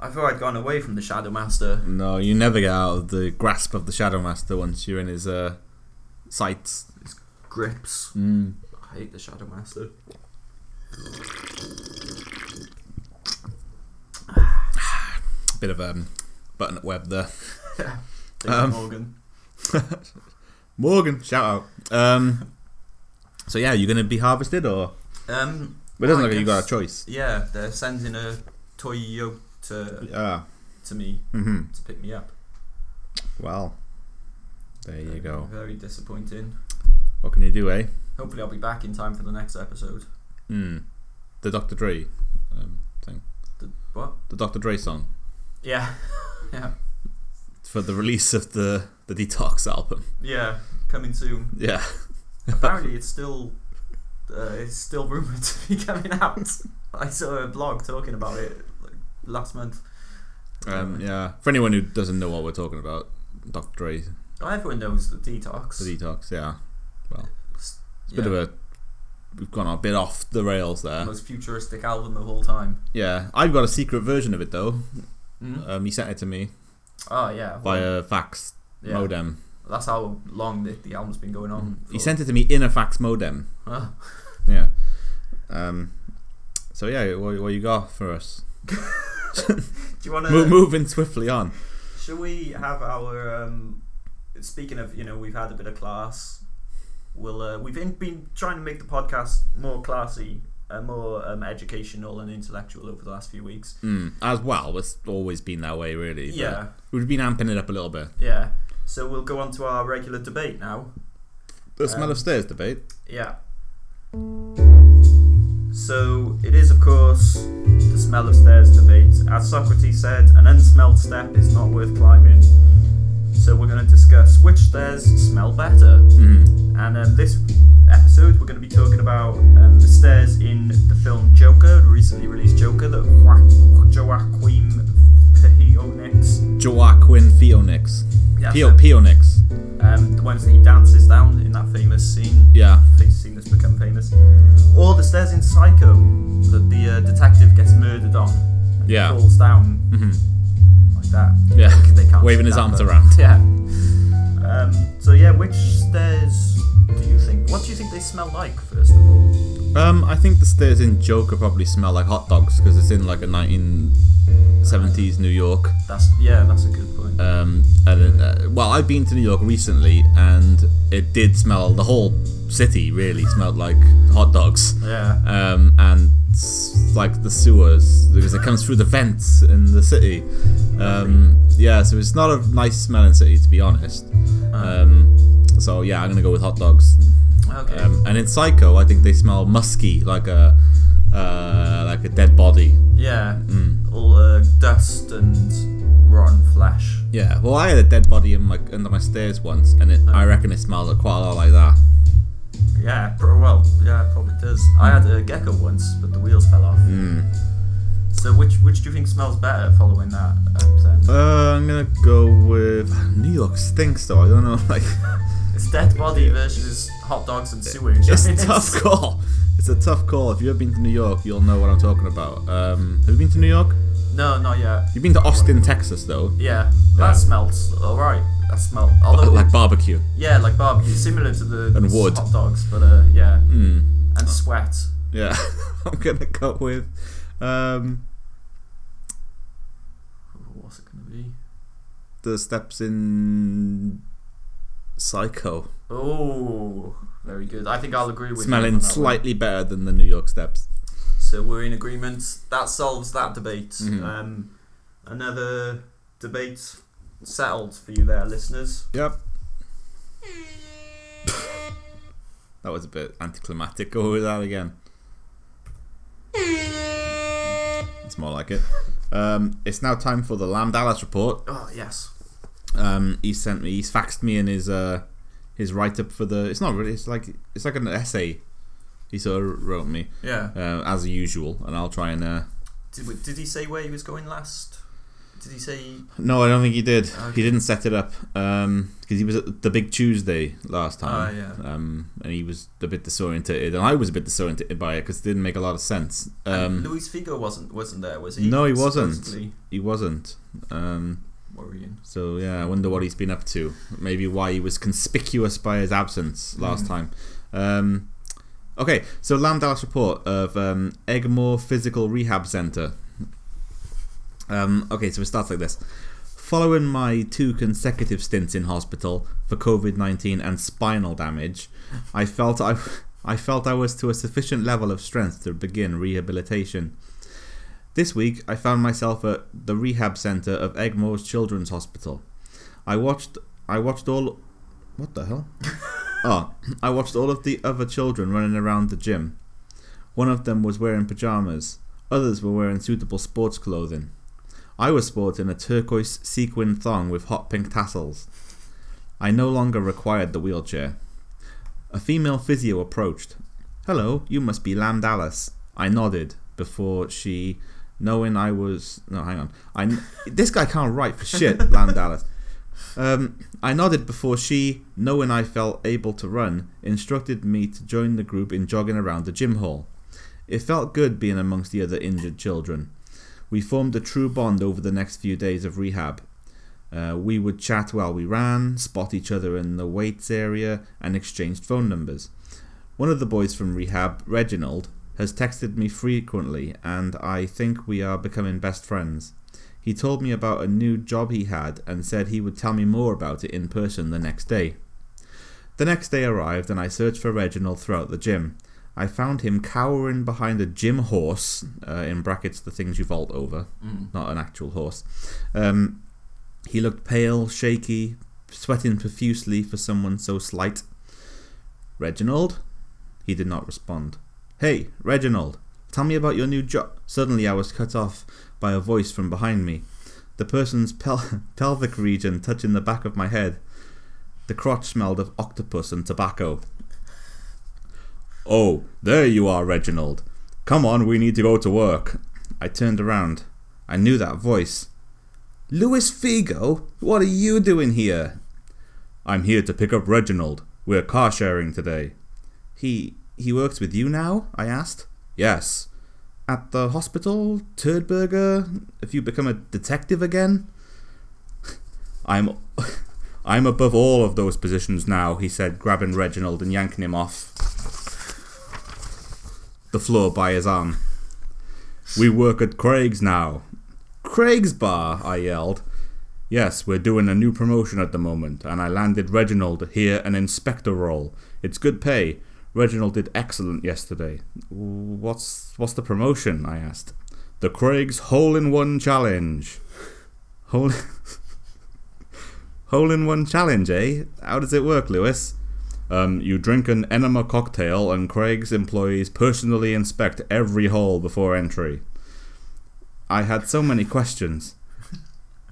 [SPEAKER 2] I thought I'd gone away from the Shadow Master.
[SPEAKER 3] no! You never get out of the grasp of the Shadow Master once you're in his uh, sights.
[SPEAKER 2] Grips.
[SPEAKER 3] Mm.
[SPEAKER 2] I hate the Shadow Master.
[SPEAKER 3] Bit of um, button at web there.
[SPEAKER 2] David
[SPEAKER 3] Um,
[SPEAKER 2] Morgan.
[SPEAKER 3] Morgan, shout out. Um, so yeah, you're gonna be harvested, or
[SPEAKER 2] Um,
[SPEAKER 3] but it doesn't
[SPEAKER 2] I
[SPEAKER 3] look like you
[SPEAKER 2] guess-
[SPEAKER 3] got a choice.
[SPEAKER 2] Yeah, they're sending a Toyota
[SPEAKER 3] Yeah.
[SPEAKER 2] to me
[SPEAKER 3] hmm
[SPEAKER 2] to pick me up.
[SPEAKER 3] Well, there you go.
[SPEAKER 2] Very disappointing.
[SPEAKER 3] What can you do, eh?
[SPEAKER 2] Hopefully, I'll be back in time for the next episode.
[SPEAKER 3] Hmm. The Dr. Dre um, thing.
[SPEAKER 2] The, what?
[SPEAKER 3] The Dr. Dre song
[SPEAKER 2] Yeah, yeah,
[SPEAKER 3] for the release of the the Detox album.
[SPEAKER 2] yeah. Coming soon.
[SPEAKER 3] Yeah.
[SPEAKER 2] Apparently, it's still uh, it's still rumored to be coming out. I saw a blog talking about it like, last month.
[SPEAKER 3] Um, yeah. For anyone who doesn't know what we're talking about, Dr. Dre,
[SPEAKER 2] Everyone knows the detox.
[SPEAKER 3] the Detox. Yeah. Well,
[SPEAKER 2] It's
[SPEAKER 3] it's a bit of a we've gone a bit off the rails there.
[SPEAKER 2] most futuristic album of all time.
[SPEAKER 3] Yeah. I've got a secret version of it though.
[SPEAKER 2] Mm?
[SPEAKER 3] Um, he sent it to me
[SPEAKER 2] oh yeah. well,
[SPEAKER 3] via fax
[SPEAKER 2] yeah.
[SPEAKER 3] modem. Hmm.
[SPEAKER 2] That's how long the, the album's been going on.
[SPEAKER 3] Um, He
[SPEAKER 2] for.
[SPEAKER 3] sent it to me in a fax modem.
[SPEAKER 2] Oh.
[SPEAKER 3] Yeah. Um. So yeah, what, what you got for us?
[SPEAKER 2] Do you want to
[SPEAKER 3] Mo- moving swiftly on.
[SPEAKER 2] Should we have our? Um, speaking of, you know, we've had a bit of class. We'll uh, we've been, been trying to make the podcast more classy, uh, more um, educational and intellectual over the last few weeks.
[SPEAKER 3] Mm, as well, it's always been that way, really. but
[SPEAKER 2] Yeah,
[SPEAKER 3] We've been amping it up a little bit.
[SPEAKER 2] yeah. So we'll go on to our regular debate now.
[SPEAKER 3] The smell
[SPEAKER 2] Um,
[SPEAKER 3] of stairs debate.
[SPEAKER 2] Yeah. So it is, of course, the smell of stairs debate. As Socrates said, an unsmelled step is not worth climbing. So we're going to discuss which stairs smell better.
[SPEAKER 3] mm-hmm.
[SPEAKER 2] And um, this episode, we're going to be talking about um, the stairs in the film Joker, the recently released Joker, that jo- Joaquin Phoenix,
[SPEAKER 3] Joaquin Phoenix.
[SPEAKER 2] Yeah,
[SPEAKER 3] Pio
[SPEAKER 2] so-
[SPEAKER 3] Phoenix.
[SPEAKER 2] um, the ones that he dances down in that famous scene.
[SPEAKER 3] Yeah.
[SPEAKER 2] They've seen this become famous. Or the stairs in Psycho that the uh, detective gets murdered on. And he
[SPEAKER 3] Yeah. Mm-hmm.
[SPEAKER 2] falls down like that.
[SPEAKER 3] Yeah.
[SPEAKER 2] They can't
[SPEAKER 3] Waving
[SPEAKER 2] see
[SPEAKER 3] his
[SPEAKER 2] that,
[SPEAKER 3] arms
[SPEAKER 2] but-
[SPEAKER 3] around.
[SPEAKER 2] Yeah. Um, so yeah, which stairs do you think? What do you think they smell like? First of all,
[SPEAKER 3] Um, I think the stairs in Joker probably smell like hot dogs because it's in like a 1970s New York.
[SPEAKER 2] that's yeah, that's a good point.
[SPEAKER 3] Um, and uh, well, I've been to New York recently, and it did smell. The whole city really smelled like hot dogs.
[SPEAKER 2] Yeah.
[SPEAKER 3] Um, and s- like the sewers because it comes through the vents in the city. Um, yeah, so it's not a nice smelling city to be honest.
[SPEAKER 2] Uh.
[SPEAKER 3] Um, so yeah, I'm gonna go with hot dogs.
[SPEAKER 2] Okay.
[SPEAKER 3] Um, and in Psycho, I think they smell musky, like a uh, like a dead body.
[SPEAKER 2] yeah.
[SPEAKER 3] mm.
[SPEAKER 2] All uh, dust and rotten flesh.
[SPEAKER 3] Yeah, well, I had a dead body in my under my stairs once, and it, I reckon it smells quite a lot like that.
[SPEAKER 2] Yeah. Pro- well, yeah, it probably does. I had a gecko once, but the wheels fell off.
[SPEAKER 3] Mm.
[SPEAKER 2] So which which do you think smells better following that up then?
[SPEAKER 3] Uh, I'm gonna go with ah, New York stinks, though. I don't know, like
[SPEAKER 2] It's dead body versus hot dogs and sewage.
[SPEAKER 3] it's
[SPEAKER 2] I mean,
[SPEAKER 3] a tough call. It's a tough call. If you've ever been to New York, you'll know what I'm talking about. Um, have you been to New York?
[SPEAKER 2] No, not yet.
[SPEAKER 3] You've been to Austin, Texas, though.
[SPEAKER 2] Yeah,
[SPEAKER 3] Yeah.
[SPEAKER 2] that smells alright. That smell, although
[SPEAKER 3] Like barbecue.
[SPEAKER 2] yeah, like barbecue, similar to the
[SPEAKER 3] And wood. Oh.
[SPEAKER 2] hot dogs, but uh, yeah, and sweat.
[SPEAKER 3] Hmm. Yeah, I'm gonna go with. Um,
[SPEAKER 2] What's it gonna be?
[SPEAKER 3] the steps in Psycho.
[SPEAKER 2] Oh, very good. I think I'll agree with you on
[SPEAKER 3] Smelling
[SPEAKER 2] that one.
[SPEAKER 3] slightly better than the New York Steps.
[SPEAKER 2] So we're in agreement. That solves that debate.
[SPEAKER 3] Mm-hmm.
[SPEAKER 2] Um, another debate settled for you there, listeners.
[SPEAKER 3] Yep. that was a bit anticlimactic. Go with that again. It's more like it. Um, it's now time for the Lamb Dallas report.
[SPEAKER 2] Oh yes.
[SPEAKER 3] um, he sent me. He's faxed me in his uh, his write up for the. It's not really. It's like it's like an essay. He sort of wrote me
[SPEAKER 2] Yeah.
[SPEAKER 3] uh, as usual, and I'll try and. Uh,
[SPEAKER 2] Did, we- did he say where he was going last? Did he say?
[SPEAKER 3] no, I don't think he did.
[SPEAKER 2] Okay.
[SPEAKER 3] He didn't set it up because he was at the Big Tuesday last time,
[SPEAKER 2] Ah,
[SPEAKER 3] um, and he was a bit disoriented, and I was a bit disoriented by it because it didn't make a lot of sense. Um,
[SPEAKER 2] Luis Figo wasn't wasn't there, was he?
[SPEAKER 3] no, he wasn't.
[SPEAKER 2] Supposedly
[SPEAKER 3] He wasn't. Um,
[SPEAKER 2] Worrying.
[SPEAKER 3] So yeah, I wonder what he's been up to. Maybe why he was conspicuous by his absence last time. Um, okay, so Lamb Dallas report of um, Egmore Physical Rehab Center. Um, okay, so it starts like this. Following my two consecutive stints in hospital for COVID nineteen and spinal damage, I felt I, I felt I was to a sufficient level of strength to begin rehabilitation. This week, I found myself at the rehab center of Egmore's Children's Hospital. I watched. I watched all. What the hell? oh, I watched all of the other children running around the gym. One of them was wearing pajamas. Others were wearing suitable sports clothing. I was sporting a turquoise sequin thong with hot pink tassels. I no longer required the wheelchair. A female physio approached. Hello, you must be Lamb Dallas. I nodded before she, knowing I was. No, hang on. I, kn- this guy can't write for shit, Lamb Dallas. Um, I nodded before she, knowing I felt able to run, instructed me to join the group in jogging around the gym hall. It felt good being amongst the other injured children. We formed a true bond over the next few days of rehab. Uh, we would chat while we ran, spot each other in the weights area, and exchanged phone numbers. One of the boys from rehab, Reginald, has texted me frequently, and I think we are becoming best friends. He told me about a new job he had and said he would tell me more about it in person the next day. The next day arrived, and I searched for Reginald throughout the gym. I found him cowering behind a gym horse, uh, in brackets, the things you vault over,
[SPEAKER 2] Mm.
[SPEAKER 3] not an actual horse. Um, he looked pale, shaky, sweating profusely for someone so slight. Reginald? He did not respond. Hey, Reginald, tell me about your new job. Suddenly I was cut off by a voice from behind me. The person's pel- pelvic region touching the back of my head. The crotch smelled of octopus and tobacco. Oh, there you are, Reginald. Come on, we need to go to work. I turned around. I knew that voice. Luis Figo, what are you doing here? I'm here to pick up Reginald. We're car sharing today. He he works with you now? I asked. Yes. At the hospital, Turdberger? Have you become a detective again? I'm I'm above all of those positions now, he said, grabbing Reginald and yanking him off the floor by his arm. We work at Craig's now. Craig's Bar, I yelled. Yes, we're doing a new promotion at the moment, and I landed Reginald here an inspector role. It's good pay. Reginald did excellent yesterday. What's what's the promotion? I asked. The Craig's Hole in One Challenge. Hole Hole in One Challenge, eh? How does it work, Lewis? Um, you drink an enema cocktail, and Craig's employees personally inspect every hole before entry. I had so many questions.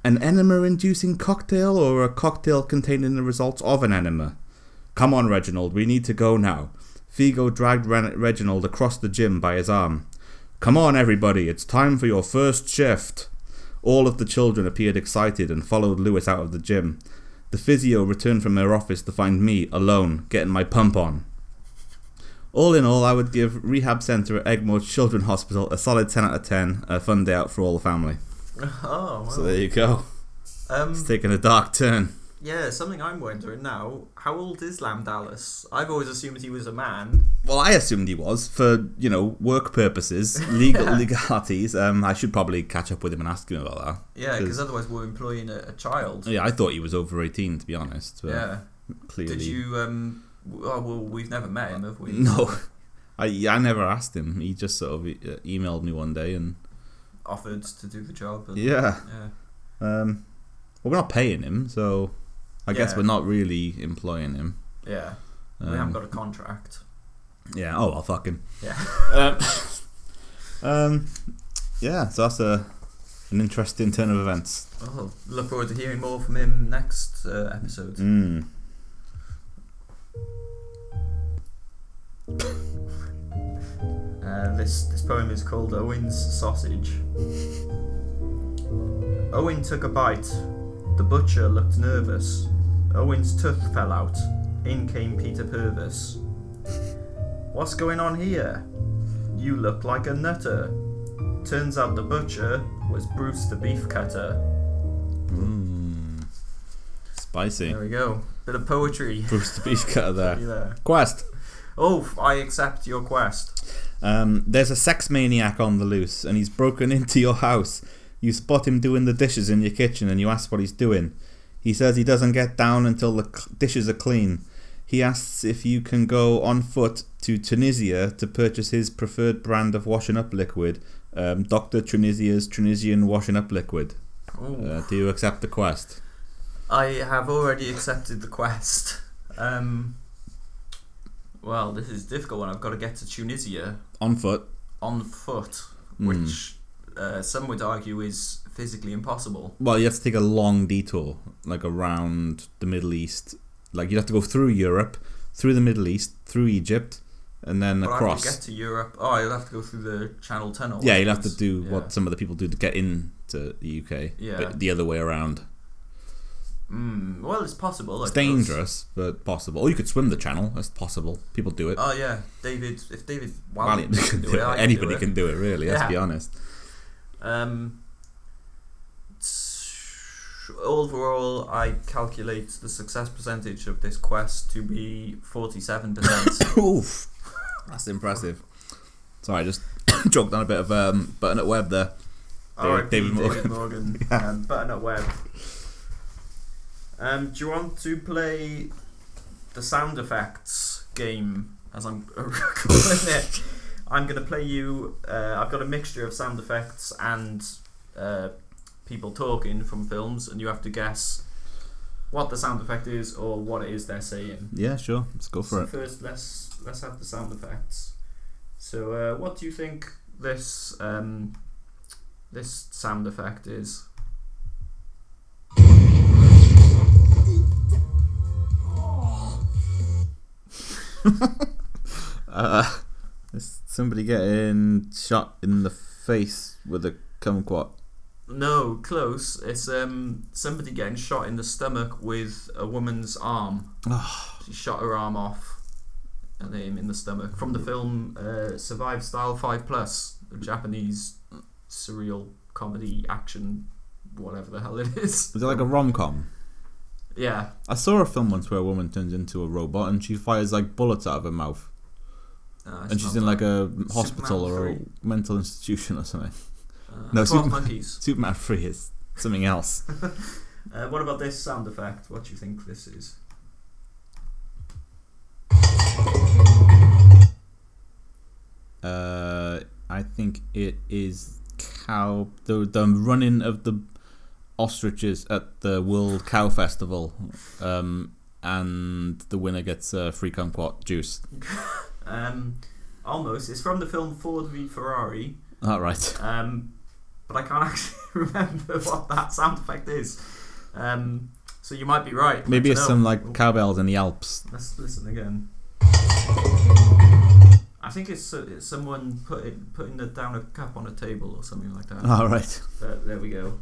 [SPEAKER 3] An enema inducing cocktail or a cocktail containing the results of an enema? Come on, Reginald, we need to go now. Figo dragged Ren- Reginald across the gym by his arm. Come on, everybody, it's time for your first shift. All of the children appeared excited and followed Lewis out of the gym. The physio returned from her office to find me, alone, getting my pump on. All in all, I would give Rehab Centre at Egmore Children's Hospital a solid 10 out of 10, a fun day out for all the family.
[SPEAKER 2] Oh, well.
[SPEAKER 3] So there you go.
[SPEAKER 2] um,
[SPEAKER 3] It's taking a dark turn.
[SPEAKER 2] yeah. Something I'm wondering now: How old is Lamb Dallas? I've always assumed he was a man.
[SPEAKER 3] Well, I assumed he was for you know work purposes, legal legalities. Um, I should probably catch up with him and ask him about
[SPEAKER 2] Yeah,
[SPEAKER 3] Cause-
[SPEAKER 2] because otherwise we're employing a, a child.
[SPEAKER 3] that. Yeah, I thought he was over eighteen to be honest. but-
[SPEAKER 2] Yeah.
[SPEAKER 3] clearly.
[SPEAKER 2] Did you? Um, w- oh, well, we've never met him, have we?
[SPEAKER 3] No, I I never asked him. He just sort of e- uh, emailed me one day and
[SPEAKER 2] Offered to do the job. And,
[SPEAKER 3] yeah,
[SPEAKER 2] yeah.
[SPEAKER 3] um, well, we're not paying him, so I guess
[SPEAKER 2] Yeah.
[SPEAKER 3] we're not really employing him.
[SPEAKER 2] Yeah.
[SPEAKER 3] Um,
[SPEAKER 2] we haven't got a contract.
[SPEAKER 3] yeah. Oh, I'll fuck him.
[SPEAKER 2] Yeah.
[SPEAKER 3] Um, um, yeah. So that's a an interesting turn of events.
[SPEAKER 2] Well, look forward to hearing more from him next uh, episode.
[SPEAKER 3] Mm.
[SPEAKER 2] Uh, this this poem is called Owen's Sausage. Owen took a bite. The butcher looked nervous. Owen's tooth fell out. In came Peter Purvis. What's going on here? You look like a nutter. Turns out the butcher was Bruce the beef cutter.
[SPEAKER 3] Mm. Spicy.
[SPEAKER 2] There we go. Bit of poetry.
[SPEAKER 3] Bruce the beef cutter
[SPEAKER 2] You
[SPEAKER 3] there.
[SPEAKER 2] there.
[SPEAKER 3] Quest.
[SPEAKER 2] Oh, I accept your quest.
[SPEAKER 3] Um, there's a sex maniac on the loose, and he's broken into your house. You spot him doing the dishes in your kitchen, and you ask what he's doing. He says he doesn't get down until the c- dishes are clean. He asks if you can go on foot to Tunisia to purchase his preferred brand of washing up liquid, um, Dr. Tunisia's Tunisian washing up liquid.
[SPEAKER 2] Ooh.
[SPEAKER 3] Uh, do you accept the quest?
[SPEAKER 2] I have already accepted the quest. Um, well, this is a difficult one. I've got to get to Tunisia
[SPEAKER 3] On foot.
[SPEAKER 2] on foot,
[SPEAKER 3] Hmm.
[SPEAKER 2] which uh, some would argue is physically impossible.
[SPEAKER 3] Well, you have to take a long detour, like around the Middle East. Like you'd have to go through Europe, through the Middle East, through Egypt, and then
[SPEAKER 2] But I have to get
[SPEAKER 3] across.
[SPEAKER 2] to Europe. Oh, you'll have to go through the Channel Tunnel.
[SPEAKER 3] Yeah,
[SPEAKER 2] I
[SPEAKER 3] you'll have to
[SPEAKER 2] guess.
[SPEAKER 3] do
[SPEAKER 2] Yeah.
[SPEAKER 3] what some of the people do to get into the UK,
[SPEAKER 2] Yeah.
[SPEAKER 3] but the other way around.
[SPEAKER 2] Mm, well, it's possible. I
[SPEAKER 3] It's
[SPEAKER 2] suppose.
[SPEAKER 3] dangerous, but possible. Or you could swim the channel. That's possible. People do it.
[SPEAKER 2] Oh yeah, David. If David Valiant
[SPEAKER 3] Valiant
[SPEAKER 2] can do it, I
[SPEAKER 3] Anybody
[SPEAKER 2] do it.
[SPEAKER 3] can do it, really. Let's
[SPEAKER 2] Yeah.
[SPEAKER 3] be honest.
[SPEAKER 2] Um, overall, I calculate the success percentage of this quest to be 47%.
[SPEAKER 3] Oof, that's impressive. Sorry, I just choked on a bit of um, butternut web there.
[SPEAKER 2] Alright,
[SPEAKER 3] David Morgan.
[SPEAKER 2] Morgan
[SPEAKER 3] Yeah.
[SPEAKER 2] um, Butternut Web. Um, do you want to play the sound effects game as I'm calling it? I'm going to play you. Uh, I've got a mixture of sound effects and uh, people talking from films, and you have to guess what the sound effect is or what it is they're saying.
[SPEAKER 3] Yeah, sure. Let's go for
[SPEAKER 2] So
[SPEAKER 3] it.
[SPEAKER 2] first, let's let's have the sound effects. So, uh, what do you think this um, this sound effect is?
[SPEAKER 3] Uh, is somebody getting shot in the face with a kumquat.
[SPEAKER 2] No, close. It's um somebody getting shot in the stomach with a woman's arm. she shot her arm off and aim in the stomach from the
[SPEAKER 3] Mm.
[SPEAKER 2] film uh, Survive Style Five Plus, a Japanese surreal comedy action, whatever the hell it is.
[SPEAKER 3] Is it like a rom com?
[SPEAKER 2] Yeah,
[SPEAKER 3] Um, I saw a film once where a woman turns into a robot and she fires like bullets out of her mouth,
[SPEAKER 2] uh,
[SPEAKER 3] and she's in like a hospital
[SPEAKER 2] Superman
[SPEAKER 3] or a
[SPEAKER 2] three.
[SPEAKER 3] mental institution or something.
[SPEAKER 2] uh,
[SPEAKER 3] no,
[SPEAKER 2] 12
[SPEAKER 3] Superman-
[SPEAKER 2] monkeys.
[SPEAKER 3] Superman Free is something else.
[SPEAKER 2] Uh, what about this sound effect? What do you think this is?
[SPEAKER 3] Uh, I think it is cow the the running of the ostriches at the World Cow Festival, um, and the winner gets uh, free kumquat juice.
[SPEAKER 2] Um, almost. It's from the film Ford v Ferrari.
[SPEAKER 3] All right.
[SPEAKER 2] Um, but I can't actually remember what that sound effect is. Um, so you might be right.
[SPEAKER 3] Maybe
[SPEAKER 2] I
[SPEAKER 3] it's
[SPEAKER 2] don't
[SPEAKER 3] some
[SPEAKER 2] know.
[SPEAKER 3] like
[SPEAKER 2] Oh,
[SPEAKER 3] cowbells in the Alps.
[SPEAKER 2] Let's listen again. I think it's, uh, it's someone putting putting the, down a cup on a table or something like that.
[SPEAKER 3] All right.
[SPEAKER 2] Uh, there we go.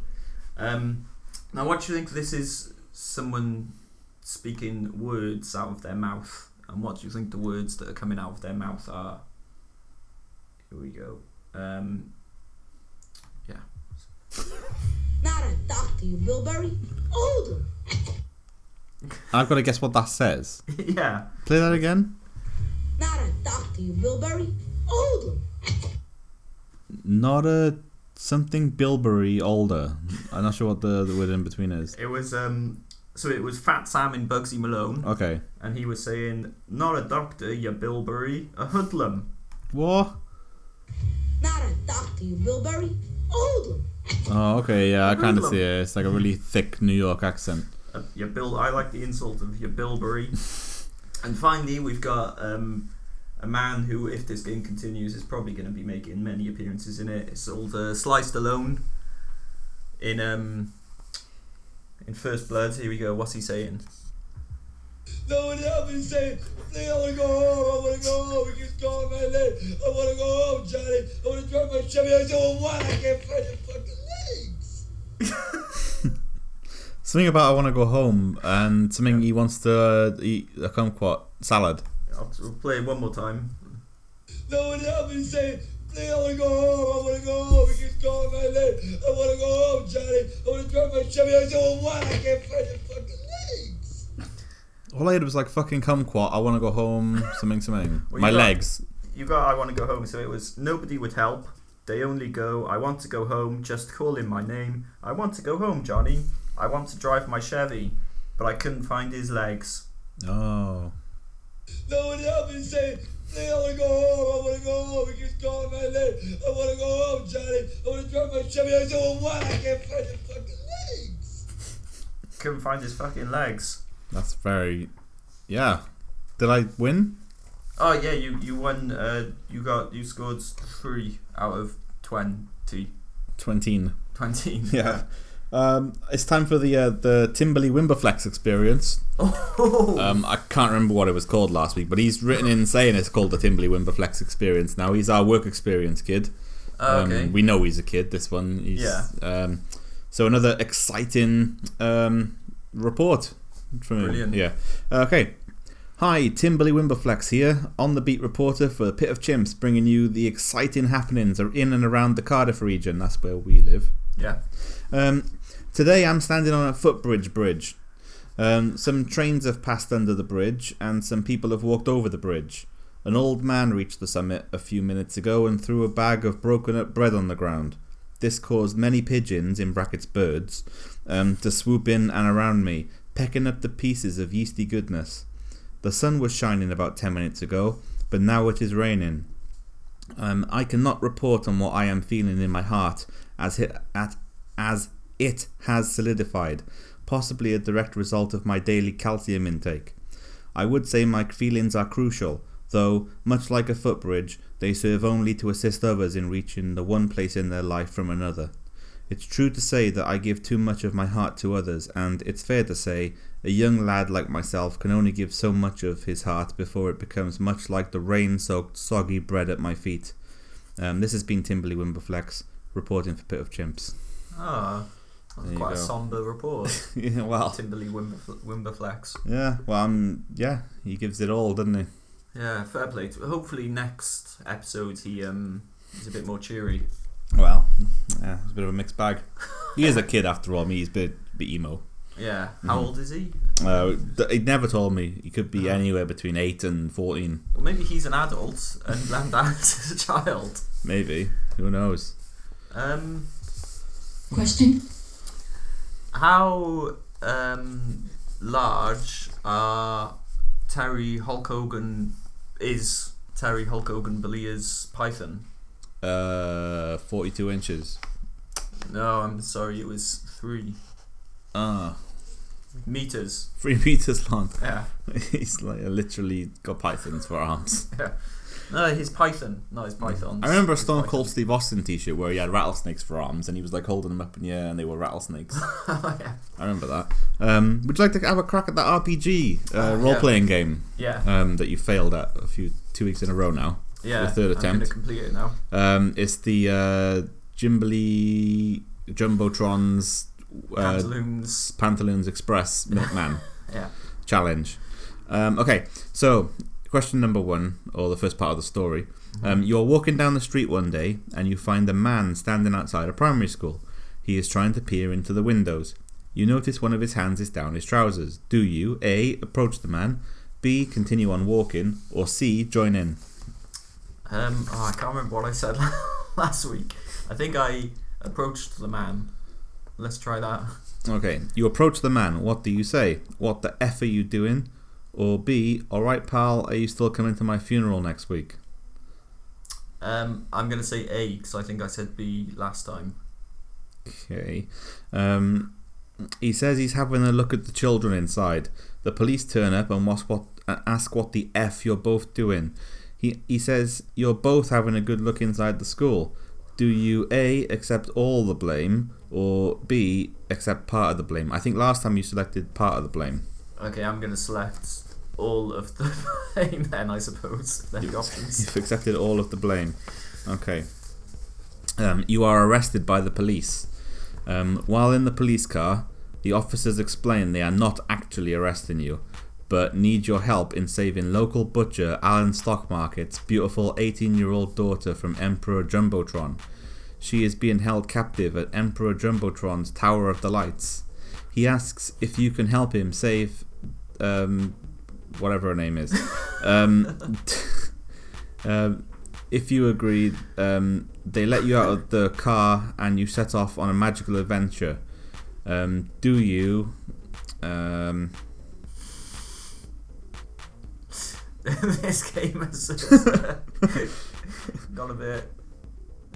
[SPEAKER 2] Um, now, what do you think this is? Someone speaking words out of their mouth, and what do you think the words that are coming out of their mouth are? Here we go. Um, yeah.
[SPEAKER 8] Not a doctor, you Bilberry. Older.
[SPEAKER 3] I've got to guess what that says.
[SPEAKER 2] yeah.
[SPEAKER 3] Play that again.
[SPEAKER 8] Not a doctor, you Bilberry. Older.
[SPEAKER 3] Not a something Bilberry older. I'm not sure what the, the word in between is.
[SPEAKER 2] It was um, So it was Fat Sam in Bugsy Malone,
[SPEAKER 3] Okay.
[SPEAKER 2] and he was saying, "Not a doctor, you bilberry, a hoodlum."
[SPEAKER 3] What?
[SPEAKER 8] Not a doctor, you bilberry. A hoodlum.
[SPEAKER 3] Oh, okay. Yeah, I kind of see it. It's like a really thick New York accent.
[SPEAKER 2] Uh, you bil- I like the insult of your bilberry. and finally, we've got um, a man who, if this game continues, is probably going to be making many appearances in it. It's old uh, Sliced Alone in um, in First Blood. Here we go. What's he saying?
[SPEAKER 9] No one helped me say, I want to go home, I want to go home, you just calling my name, I want to go home, Johnny, I want to drive my Chevy, I said, well, why? I can't find your fucking legs.
[SPEAKER 3] Something about I want to go home and something he wants to uh, eat a kumquat salad.
[SPEAKER 2] I'll, I'll play it one more time.
[SPEAKER 9] No one helped me say, I want to go home, I want to go home, you just calling my name, I want to go home, Johnny, I want to drive my Chevy, I said, well, why? I can't find your fucking legs.
[SPEAKER 3] All I had was like fucking kumquat. I want to go home. Something, something.
[SPEAKER 2] Well, you
[SPEAKER 3] My
[SPEAKER 2] got-
[SPEAKER 3] legs.
[SPEAKER 2] You got I Want to Go Home, so it was Nobody Would Help. They only go, I want to go home, just call in my name. I want to go home, Johnny. I want to drive my Chevy, but I couldn't find his legs.
[SPEAKER 3] Oh.
[SPEAKER 9] No one helped me say, I want to go home, I want to go home, you just calling my name, I want to go home, Johnny, I want to drive my Chevy, I said, well, why? I can't find your fucking legs.
[SPEAKER 2] Couldn't find his fucking legs.
[SPEAKER 3] That's very. Yeah. Did I win?
[SPEAKER 2] Oh yeah, you you won. Uh, you got you scored three out of twenty.
[SPEAKER 3] 20.
[SPEAKER 2] Twenty.
[SPEAKER 3] Yeah. Um, it's time for the uh, the Timberly Wimberflex experience.
[SPEAKER 2] Oh,
[SPEAKER 3] Um, I can't remember what it was called last week, but he's written in saying it's called the Timberly Wimberflex experience. Now he's our work experience kid.
[SPEAKER 2] Oh, okay.
[SPEAKER 3] Um, we know he's a kid. This one, he's,
[SPEAKER 2] Yeah.
[SPEAKER 3] Um, so another exciting um, report from him.
[SPEAKER 2] Brilliant.
[SPEAKER 3] Yeah. Okay. Hi, Timberly Wimberflex here, on the beat reporter for the Pit of Chimps, bringing you the exciting happenings are in and around the Cardiff region. That's where we live.
[SPEAKER 2] yeah.
[SPEAKER 3] Um, today I'm standing on a footbridge bridge. Um, some trains have passed under the bridge, and some people have walked over the bridge. An old man reached the summit a few minutes ago and threw a bag of broken up bread on the ground. This caused many pigeons, in brackets birds, um, to swoop in and around me, pecking up the pieces of yeasty goodness. The sun was shining about ten minutes ago, but now it is raining. Um, I cannot report on what I am feeling in my heart, as it, at, as it has solidified, possibly a direct result of my daily calcium intake. I would say my feelings are crucial, though, much like a footbridge, they serve only to assist others in reaching the one place in their life from another. It's true to say that I give too much of my heart to others, and it's fair to say a young lad like myself can only give so much of his heart before it becomes much like the rain soaked, soggy bread at my feet. Um, this has been Timberly Wimberflex, reporting for Pit of Chimps.
[SPEAKER 2] Ah, that's
[SPEAKER 3] There you
[SPEAKER 2] quite a
[SPEAKER 3] go. Oh.
[SPEAKER 2] somber report.
[SPEAKER 3] yeah, well,
[SPEAKER 2] Timberly Wimberf- Wimberflex.
[SPEAKER 3] yeah, well, um, yeah, he gives it all, doesn't he?
[SPEAKER 2] Yeah, fair play. to- Hopefully next episode he um he's a bit more cheery.
[SPEAKER 3] Well, yeah, it's a bit of a mixed bag. He is a kid after all. I mean, he's a bit, bit emo.
[SPEAKER 2] Yeah. How
[SPEAKER 3] Mm-hmm.
[SPEAKER 2] old is he?
[SPEAKER 3] Uh, th- he never told me. He could be anywhere between eight and fourteen,
[SPEAKER 2] Well, maybe he's an adult and Landan's a child.
[SPEAKER 3] maybe. Who knows?
[SPEAKER 2] Um,
[SPEAKER 5] Question?
[SPEAKER 2] how um large are Terry Hulk Hogan is Terry Hulk Hogan Belia's python?
[SPEAKER 3] Uh, forty-two inches.
[SPEAKER 2] No, I'm sorry, it was three
[SPEAKER 3] Ah,
[SPEAKER 2] meters.
[SPEAKER 3] three meters long.
[SPEAKER 2] Yeah,
[SPEAKER 3] he's like literally got pythons for arms.
[SPEAKER 2] yeah. No, his python, not his pythons.
[SPEAKER 3] I remember a
[SPEAKER 2] His
[SPEAKER 3] Stone
[SPEAKER 2] python.
[SPEAKER 3] Cold Steve Austin T-shirt where he had rattlesnakes for arms, and he was like holding them up in the air, and they were rattlesnakes.
[SPEAKER 2] yeah.
[SPEAKER 3] I remember that. Um, would you like to have a crack at that RPG uh,
[SPEAKER 2] Uh,
[SPEAKER 3] role playing game
[SPEAKER 2] Yeah,
[SPEAKER 3] um, that you failed at a few two weeks in a row now?
[SPEAKER 2] yeah.
[SPEAKER 3] The third
[SPEAKER 2] I'm gonna
[SPEAKER 3] attempt.
[SPEAKER 2] complete it now.
[SPEAKER 3] Um, it's the uh, Jimbly Jumbotron's uh,
[SPEAKER 2] Pantaloons.
[SPEAKER 3] Pantaloons Express Milkman
[SPEAKER 2] Yeah.
[SPEAKER 3] challenge. Um, okay, so question number one, or the first part of the story. Um, you're walking down the street one day and you find a man standing outside a primary school. He is trying to peer into the windows. You notice one of his hands is down his trousers. Do you A. approach the man, B. continue on walking, or C. join in?
[SPEAKER 2] Um, oh, I can't remember what I said last week. I think I approached the man Let's try that.
[SPEAKER 3] Okay. You approach the man. What do you say? What the F are you doing? Or B, alright, pal, are you still coming to my funeral next week?
[SPEAKER 2] Um, I'm gonna say A because I think I said B last time.
[SPEAKER 3] Okay. Um, he says he's having a look at the children inside. The police turn up and ask what, uh, ask what the F you're both doing. He, he says, You're both having a good look inside the school. Do you A, accept all the blame, or B, accept part of the blame? I think last time you selected part of the blame.
[SPEAKER 2] Okay, I'm gonna select all of the blame then. I suppose. There you go.
[SPEAKER 3] You've accepted all of the blame. Okay. Um, you are arrested by the police. Um, while in the police car, the officers explain they are not actually arresting you, but need your help in saving local butcher Alan Stockmarket's beautiful 18 year old daughter from Emperor Jumbotron. She is being held captive at Emperor Jumbotron's Tower of Delights. He asks if you can help him save. Um, whatever her name is. Um, um, if you agree, um, they let you out of the car and you set off on a magical adventure. Um, do you? Um,
[SPEAKER 2] this game has uh, got a bit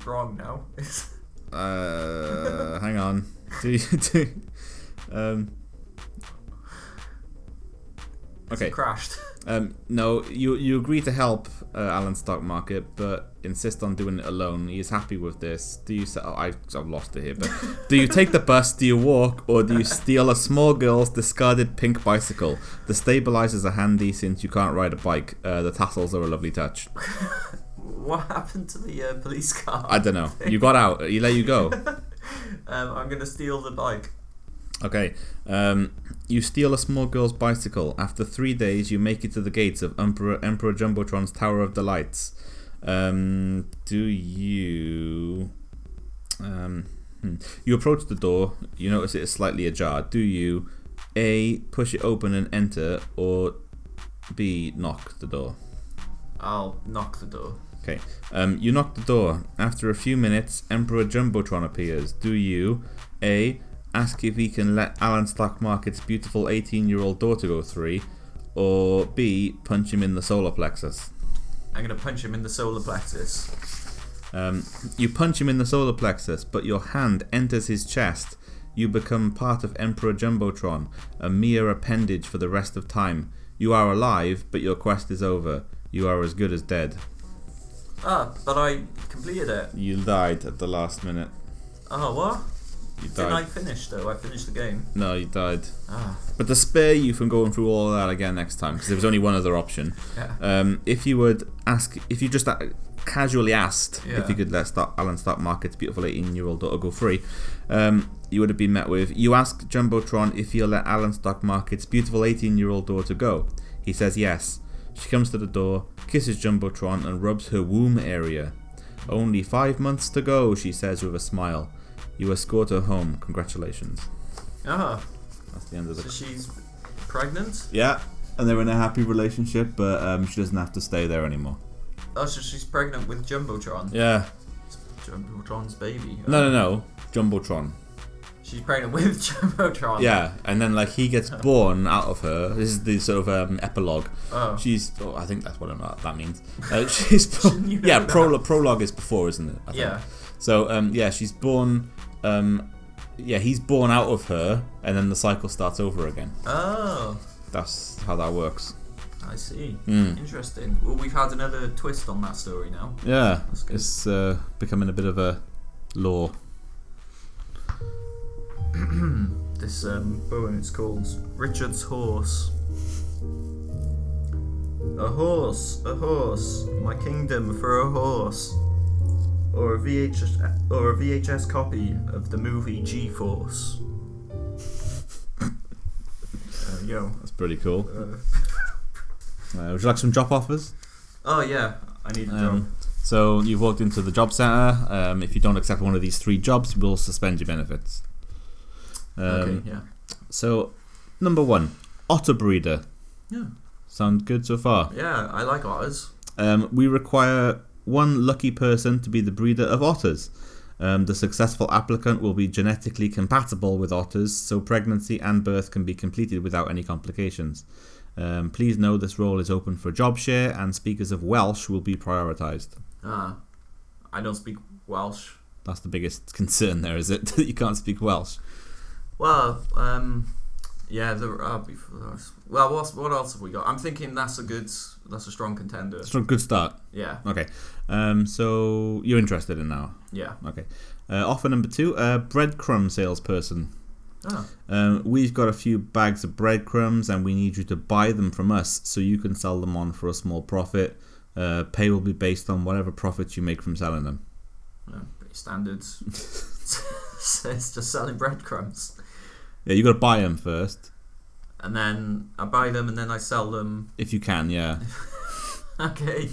[SPEAKER 2] wrong now.
[SPEAKER 3] uh, hang on. Do you? Do, um, okay.
[SPEAKER 2] Crashed.
[SPEAKER 3] Um, no, you you agree to help uh, Alan Stockmarket, but insist on doing it alone. He is happy with this. Do you? se- Oh, I, I've lost it here. But do you take the bus? Do you walk, or do you steal a small girl's discarded pink bicycle? The stabilizers are handy since you can't ride a bike. Uh, the tassels are a lovely touch.
[SPEAKER 2] What happened to the uh, police car?
[SPEAKER 3] I don't know. You got out. He let you go.
[SPEAKER 2] Um, I'm gonna steal the bike.
[SPEAKER 3] Okay. Um, you steal a small girl's bicycle. After three days, you make it to the gates of Emperor, Emperor Jumbotron's Tower of Delights. Um, do you. Um, hmm. You approach the door. You notice it is slightly ajar. Do you A. push it open and enter, or B. knock the door?
[SPEAKER 2] I'll knock the door.
[SPEAKER 3] Okay. Um, you knock the door. After a few minutes, Emperor Jumbotron appears. Do you A. Ask if he can let Alan Stockmarket's beautiful 18 year old daughter go three, or B. Punch him in the solar plexus?
[SPEAKER 2] I'm gonna punch him in the solar plexus.
[SPEAKER 3] Um, you punch him in the solar plexus, but your hand enters his chest. You become part of Emperor Jumbotron, a mere appendage for the rest of time. You are alive, but your quest is over. You are as good as dead.
[SPEAKER 2] Ah, but I completed it.
[SPEAKER 3] You died at the last minute.
[SPEAKER 2] Oh, what?
[SPEAKER 3] You died.
[SPEAKER 2] Didn't I finish though? I finished the game.
[SPEAKER 3] No, you died.
[SPEAKER 2] Ah.
[SPEAKER 3] But to spare you from going through all of that again next time, because there was only one other option.
[SPEAKER 2] Yeah.
[SPEAKER 3] Um, if you would ask, if you just uh, casually asked
[SPEAKER 2] Yeah.
[SPEAKER 3] if you could let Stock, Alan Stockmarket's beautiful 18 year old daughter go free, um, you would have been met with, you ask Jumbotron if he'll let Alan Stockmarket's beautiful 18 year old daughter go. He says yes. She comes to the door, kisses Jumbotron, and rubs her womb area. Only five months to go, she says with a smile. You escort her home. Congratulations.
[SPEAKER 2] Ah,
[SPEAKER 3] That's the end of the
[SPEAKER 2] so she's pregnant?
[SPEAKER 3] Yeah, and they're in a happy relationship, but um, she doesn't have to stay there anymore.
[SPEAKER 2] Oh, so she's pregnant with Jumbotron.
[SPEAKER 3] Yeah.
[SPEAKER 2] Jumbotron's baby. Oh.
[SPEAKER 3] No, no, no. Jumbotron.
[SPEAKER 2] She's pregnant with Jumbotron.
[SPEAKER 3] Yeah, and then like he gets born out of her. This is the sort of um, epilogue.
[SPEAKER 2] Oh.
[SPEAKER 3] She's. Oh, I think that's what I'm, that means. Uh, she's.
[SPEAKER 2] Shouldn't you know
[SPEAKER 3] yeah,
[SPEAKER 2] that?
[SPEAKER 3] prologue. Prologue is before, isn't it? I think.
[SPEAKER 2] Yeah.
[SPEAKER 3] So um, yeah, she's born. Um, yeah, he's born out of her, and then the cycle starts over again.
[SPEAKER 2] Oh,
[SPEAKER 3] That's how that works.
[SPEAKER 2] I see.
[SPEAKER 3] Hmm.
[SPEAKER 2] Interesting. Well, we've had another twist on that story now.
[SPEAKER 3] Yeah,
[SPEAKER 2] That's good.
[SPEAKER 3] it's uh, becoming a bit of a law.
[SPEAKER 2] This um, poem is called Richard's Horse. A horse, a horse, my kingdom for a horse. Or a VHS, or a VHS copy of the movie Uh, G Force. there we go.
[SPEAKER 3] That's pretty cool.
[SPEAKER 2] Uh,
[SPEAKER 3] Uh, would you like some job offers?
[SPEAKER 2] oh, yeah, I need a job.
[SPEAKER 3] Um, so you've walked into the job centre. Um, if you don't accept one of these three jobs, we'll suspend your benefits. Um,
[SPEAKER 2] okay, yeah.
[SPEAKER 3] So, number one, otter breeder.
[SPEAKER 2] Yeah.
[SPEAKER 3] Sound good so far?
[SPEAKER 2] Yeah, I like otters.
[SPEAKER 3] Um, we require one lucky person to be the breeder of otters. Um, the successful applicant will be genetically compatible with otters, so pregnancy and birth can be completed without any complications. Um, please know this role is open for job share, and speakers of Welsh will be prioritised.
[SPEAKER 2] Ah, I don't speak Welsh.
[SPEAKER 3] That's the biggest concern there, is it? That you can't speak Welsh.
[SPEAKER 2] Well, um, yeah, there are before Well, what's, what else have we got? I'm thinking that's a good, that's a strong contender.
[SPEAKER 3] It's a good start.
[SPEAKER 2] Yeah,
[SPEAKER 3] Okay. Um, so you're interested in now.
[SPEAKER 2] yeah.
[SPEAKER 3] Okay. Uh, offer number two, uh, breadcrumb salesperson.
[SPEAKER 2] Ah,
[SPEAKER 3] Um, we've got a few bags of breadcrumbs and we need you to buy them from us so you can sell them on for a small profit. Uh, pay will be based on whatever profits you make from selling them.
[SPEAKER 2] yeah, pretty standard. So it's just selling breadcrumbs,
[SPEAKER 3] Yeah, you got to buy them first.
[SPEAKER 2] and then I buy them, and then I sell them.
[SPEAKER 3] If you can, yeah.
[SPEAKER 2] Okay.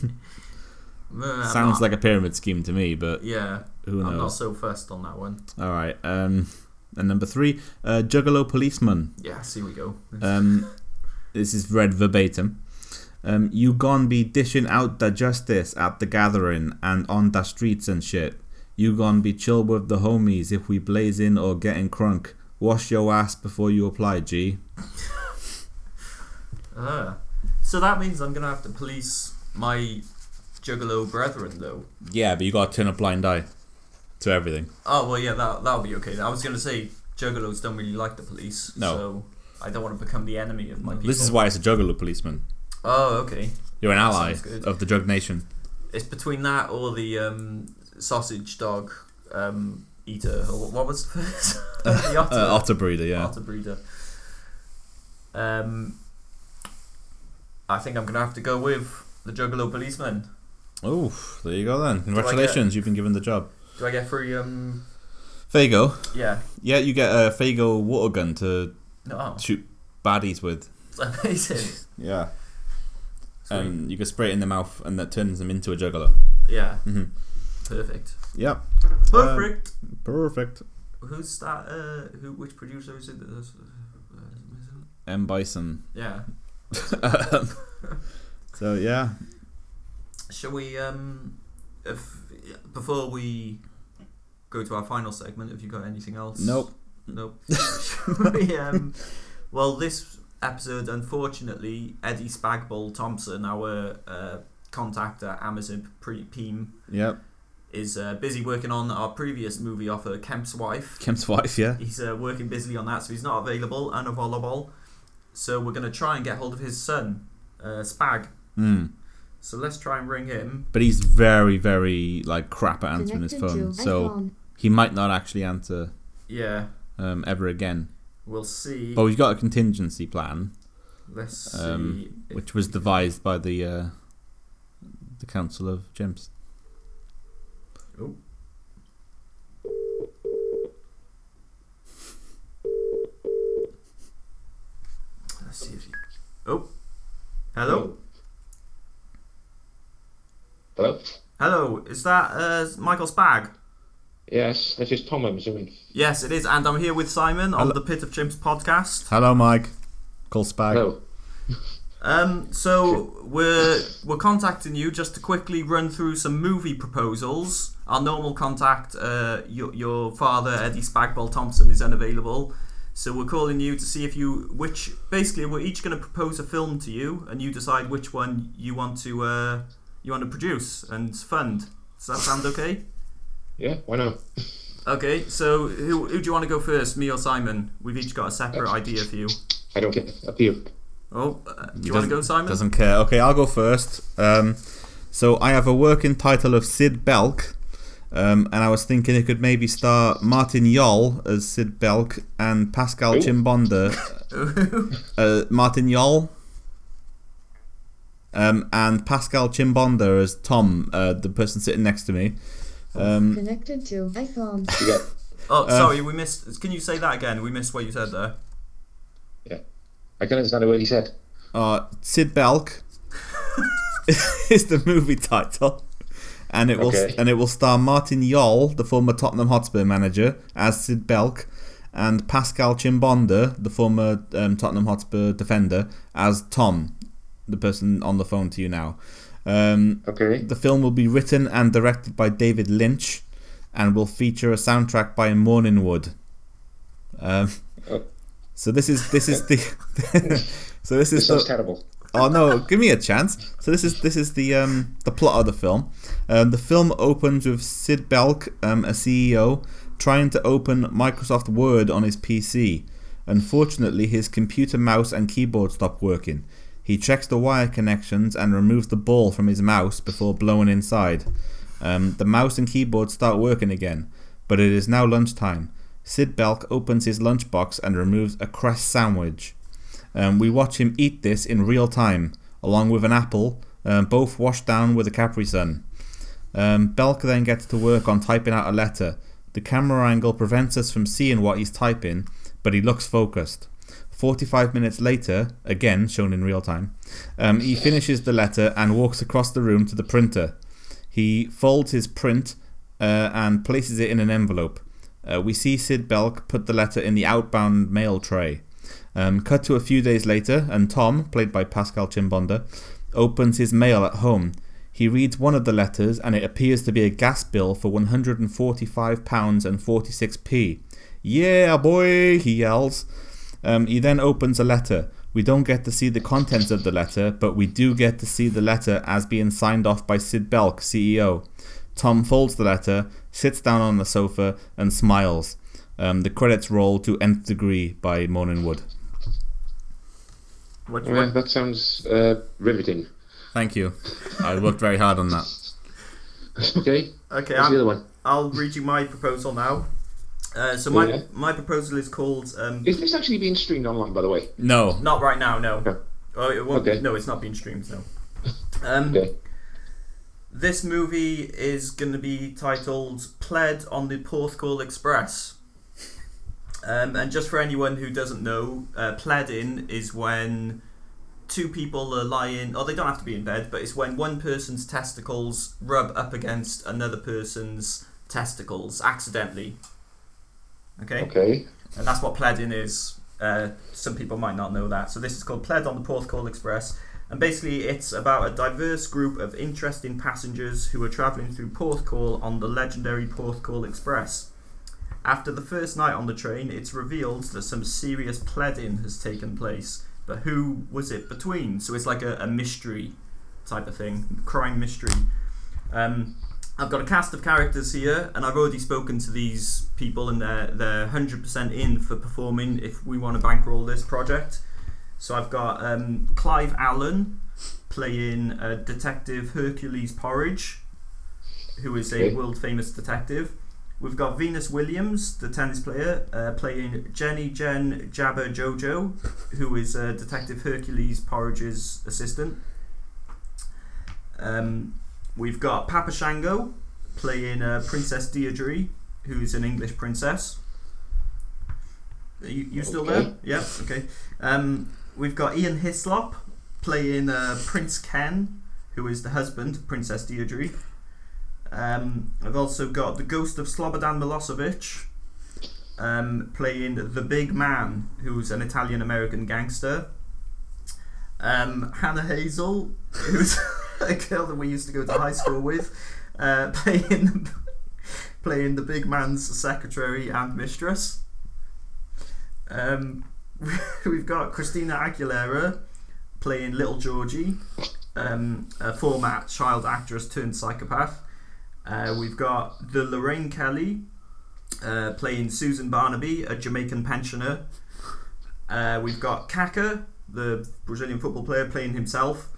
[SPEAKER 2] Uh,
[SPEAKER 3] Sounds like a pyramid scheme to me, but
[SPEAKER 2] Yeah,
[SPEAKER 3] who
[SPEAKER 2] I'm not
[SPEAKER 3] knows?
[SPEAKER 2] so fussed on that one.
[SPEAKER 3] All right. Um, and number three, uh, Juggalo Policeman.
[SPEAKER 2] Yeah, see we go.
[SPEAKER 3] Um, this is read verbatim. Um, you gon' be dishing out the justice at the gathering and on the streets and shit. You gon' be chill with the homies if we blazing or getting crunk. Wash your ass before you apply, G.
[SPEAKER 2] Ah. so that means I'm gonna have to police my juggalo brethren, though.
[SPEAKER 3] Yeah, but you gotta turn a blind eye to everything.
[SPEAKER 2] Oh well, yeah, that that'll be okay. I was gonna say juggalos don't really like the police,
[SPEAKER 3] No.
[SPEAKER 2] so I don't want to become the enemy of my people.
[SPEAKER 3] This is why it's a juggalo policeman.
[SPEAKER 2] Oh, okay.
[SPEAKER 3] You're an ally
[SPEAKER 2] sounds good.
[SPEAKER 3] of the drug nation.
[SPEAKER 2] It's between that or the um, sausage dog um, eater. Or what was the first? the otter,
[SPEAKER 3] Uh, otter breeder, yeah.
[SPEAKER 2] otter breeder. Um, I think I'm gonna have to go with the juggalo policeman.
[SPEAKER 3] Oof, there you go then. Congratulations, you've been given the job.
[SPEAKER 2] Do I get free? Um,
[SPEAKER 3] Fago.
[SPEAKER 2] yeah.
[SPEAKER 3] Yeah, you get a Fago water gun to
[SPEAKER 2] No,
[SPEAKER 3] shoot baddies with.
[SPEAKER 2] it's amazing.
[SPEAKER 3] Yeah.
[SPEAKER 2] Sweet.
[SPEAKER 3] Um, you can spray it in the mouth, and that turns them into a juggler.
[SPEAKER 2] yeah.
[SPEAKER 3] Mhm.
[SPEAKER 2] Perfect.
[SPEAKER 3] Yeah,
[SPEAKER 2] Perfect.
[SPEAKER 3] perfect.
[SPEAKER 2] Who's that? Uh, who? Which producer is it? that does- uh,
[SPEAKER 3] M Bison.
[SPEAKER 2] Yeah.
[SPEAKER 3] so yeah,
[SPEAKER 2] Shall we? Um, if before we go to our final segment, have you got anything else?
[SPEAKER 3] nope.
[SPEAKER 2] Nope. Shall we, um, well, this episode, unfortunately, Eddie Spagbol Thompson, our uh, contact at Amazon Pre- Peem,
[SPEAKER 3] Yep.
[SPEAKER 2] is uh, busy working on our previous movie offer, Kemp's Wife.
[SPEAKER 3] Kemp's wife. Yeah.
[SPEAKER 2] He's uh, working busily on that, so he's not available, unavailable. So we're going to try and get hold of his son, uh, Spag.
[SPEAKER 3] Hmm.
[SPEAKER 2] So let's try and ring him.
[SPEAKER 3] But he's very, very like crap at answering his phone, so he might not actually answer
[SPEAKER 2] Yeah,
[SPEAKER 3] um, ever again.
[SPEAKER 2] we'll see.
[SPEAKER 3] But we've got a contingency plan,
[SPEAKER 2] Let's see.
[SPEAKER 3] Oh, um,
[SPEAKER 2] if-
[SPEAKER 3] which was devised by the uh, the Council of Gems.
[SPEAKER 2] Oh. Let's see if he. Oh. Hello?
[SPEAKER 10] Hello?
[SPEAKER 2] Hello, is that uh, Michael Spag?
[SPEAKER 10] Yes, this is Tom, I'm assuming.
[SPEAKER 2] Yes, it is, and I'm here with Simon on
[SPEAKER 3] Hello.
[SPEAKER 2] the Pit of Chimps podcast.
[SPEAKER 3] Hello, Mike. Call Spag.
[SPEAKER 10] Hello.
[SPEAKER 2] Um, so we're we're contacting you just to quickly run through some movie proposals. Our normal contact, uh, your, your father Eddie Spagbol Thompson, is unavailable, so we're calling you to see if you which basically we're each going to propose a film to you, and you decide which one you want to uh, you want to produce and fund. Does that sound okay?
[SPEAKER 10] Yeah, why not?
[SPEAKER 2] Okay, so who, who do you want to go first, me or Simon? We've each got a separate idea for you.
[SPEAKER 10] I don't get up to you.
[SPEAKER 2] Oh, uh, do
[SPEAKER 3] He
[SPEAKER 2] you want to
[SPEAKER 3] doesn't-
[SPEAKER 2] go, Simon?
[SPEAKER 3] Doesn't care. Okay, I'll go first. Um, so I have a working title of Sid Belk, um, and I was thinking it could maybe star Martin Yol as Sid Belk and Pascal Chimbonda, uh, Martin Yol, um, and Pascal Chimbonda as Tom, uh, the person sitting next to me. Um,
[SPEAKER 11] Connected to iPhone.
[SPEAKER 10] You got,
[SPEAKER 2] Oh, sorry, we missed. Can you say that again? We missed what you said there.
[SPEAKER 10] I can understand what he said.
[SPEAKER 3] uh, Sid Belk is the movie title. and it will
[SPEAKER 10] Okay.
[SPEAKER 3] and it will star Martin Yol, the former Tottenham Hotspur manager, as Sid Belk, and Pascal Chimbonda, the former um, Tottenham Hotspur defender, as Tom, the person on the phone to you now. Um,
[SPEAKER 10] Okay.
[SPEAKER 3] the film will be written and directed by David Lynch. and will feature a soundtrack by Morningwood. Um,
[SPEAKER 10] Oh.
[SPEAKER 3] so this is this is the so this
[SPEAKER 10] This
[SPEAKER 3] is
[SPEAKER 10] sounds
[SPEAKER 3] the,
[SPEAKER 10] terrible.
[SPEAKER 3] oh no, give me a chance. So this is this is the um, the plot of the film. Um, the film opens with Sid Belk, um, a CEO, trying to open Microsoft Word on his PC. Unfortunately, his computer mouse and keyboard stop working. He checks the wire connections and removes the ball from his mouse before blowing inside. Um, the mouse and keyboard start working again, but it is now lunchtime. Sid Belk opens his lunchbox and removes a cress sandwich. Um, we watch him eat this in real time, along with an apple, um, both washed down with a Capri Sun. Um, Belka then gets to work on typing out a letter. The camera angle prevents us from seeing what he's typing, but he looks focused. 45 minutes later, again shown in real time, um, he finishes the letter and walks across the room to the printer. He folds his print uh, and places it in an envelope. Uh, we see Sid Belk put the letter in the outbound mail tray. Um, cut to a few days later, and Tom, played by Pascal Chimbonda, opens his mail at home. He reads one of the letters, and it appears to be a gas bill for £145 and 46p. Yeah, boy, he yells. Um, he then opens a letter. We don't get to see the contents of the letter, but we do get to see the letter as being signed off by Sid Belk, CEO. Tom folds the letter, sits down on the sofa, and smiles. Um, the credits roll to Nth Degree by Morning Wood.
[SPEAKER 2] What do you
[SPEAKER 10] Yeah,
[SPEAKER 2] want?
[SPEAKER 10] that sounds uh, riveting.
[SPEAKER 3] Thank you. I worked very hard on that.
[SPEAKER 10] Okay,
[SPEAKER 2] Okay,
[SPEAKER 10] what's the
[SPEAKER 2] I'm,
[SPEAKER 10] other one?
[SPEAKER 2] I'll read you my proposal now. Uh, so my
[SPEAKER 10] Yeah.
[SPEAKER 2] my proposal is called um,
[SPEAKER 10] Is this actually being streamed online, by the way?
[SPEAKER 3] No.
[SPEAKER 2] not right now. No,
[SPEAKER 10] Oh. Okay.
[SPEAKER 2] oh, it won't,
[SPEAKER 10] Okay.
[SPEAKER 2] no, it's not being streamed. No. Um,
[SPEAKER 10] Okay.
[SPEAKER 2] This movie is going to be titled Pled on the Porthcawl Express. Um, and just for anyone who doesn't know, uh, pledding is when two people are lying, or they don't have to be in bed, but it's when one person's testicles rub up against another person's testicles accidentally. Okay?
[SPEAKER 10] Okay.
[SPEAKER 2] And that's what pledding is. Uh, some people might not know that. So this is called Pled on the Porthcawl Express. And basically, it's about a diverse group of interesting passengers who are travelling through Porthcawl on the legendary Porthcawl Express. After the first night on the train, it's revealed that some serious pledding has taken place. But who was it between? So it's like a, a mystery type of thing, crime mystery. Um, I've got a cast of characters here, and I've already spoken to these people, and they're they're hundred percent in for performing if we want to bankroll this project. So I've got um, Clive Allen playing uh, Detective Hercules Porridge, who is a
[SPEAKER 10] Okay.
[SPEAKER 2] world famous detective. We've got Venus Williams, the tennis player, uh, playing Jenny Jen Jabber Jojo, who is uh, Detective Hercules Porridge's assistant. Um, We've got Papa Shango playing uh, Princess Deirdre, who's an English princess. Are you, you still
[SPEAKER 10] Okay.
[SPEAKER 2] there? Yep, okay. Um, we've got Ian Hislop playing uh, Prince Ken, who is the husband of Princess Deirdre. Um, I've also got the ghost of Slobodan Milosevic um, playing the big man, who's an Italian American gangster. Um, Hannah Hazel, who's a girl that we used to go to high school with, uh, playing playing the big man's secretary and mistress. Um, we've got Christina Aguilera playing Little Georgie, um, a former child actress turned psychopath. Uh, we've got the Lorraine Kelly uh, playing Susan Barnaby, a Jamaican pensioner. Uh, we've got Kaka, the Brazilian football player, playing himself.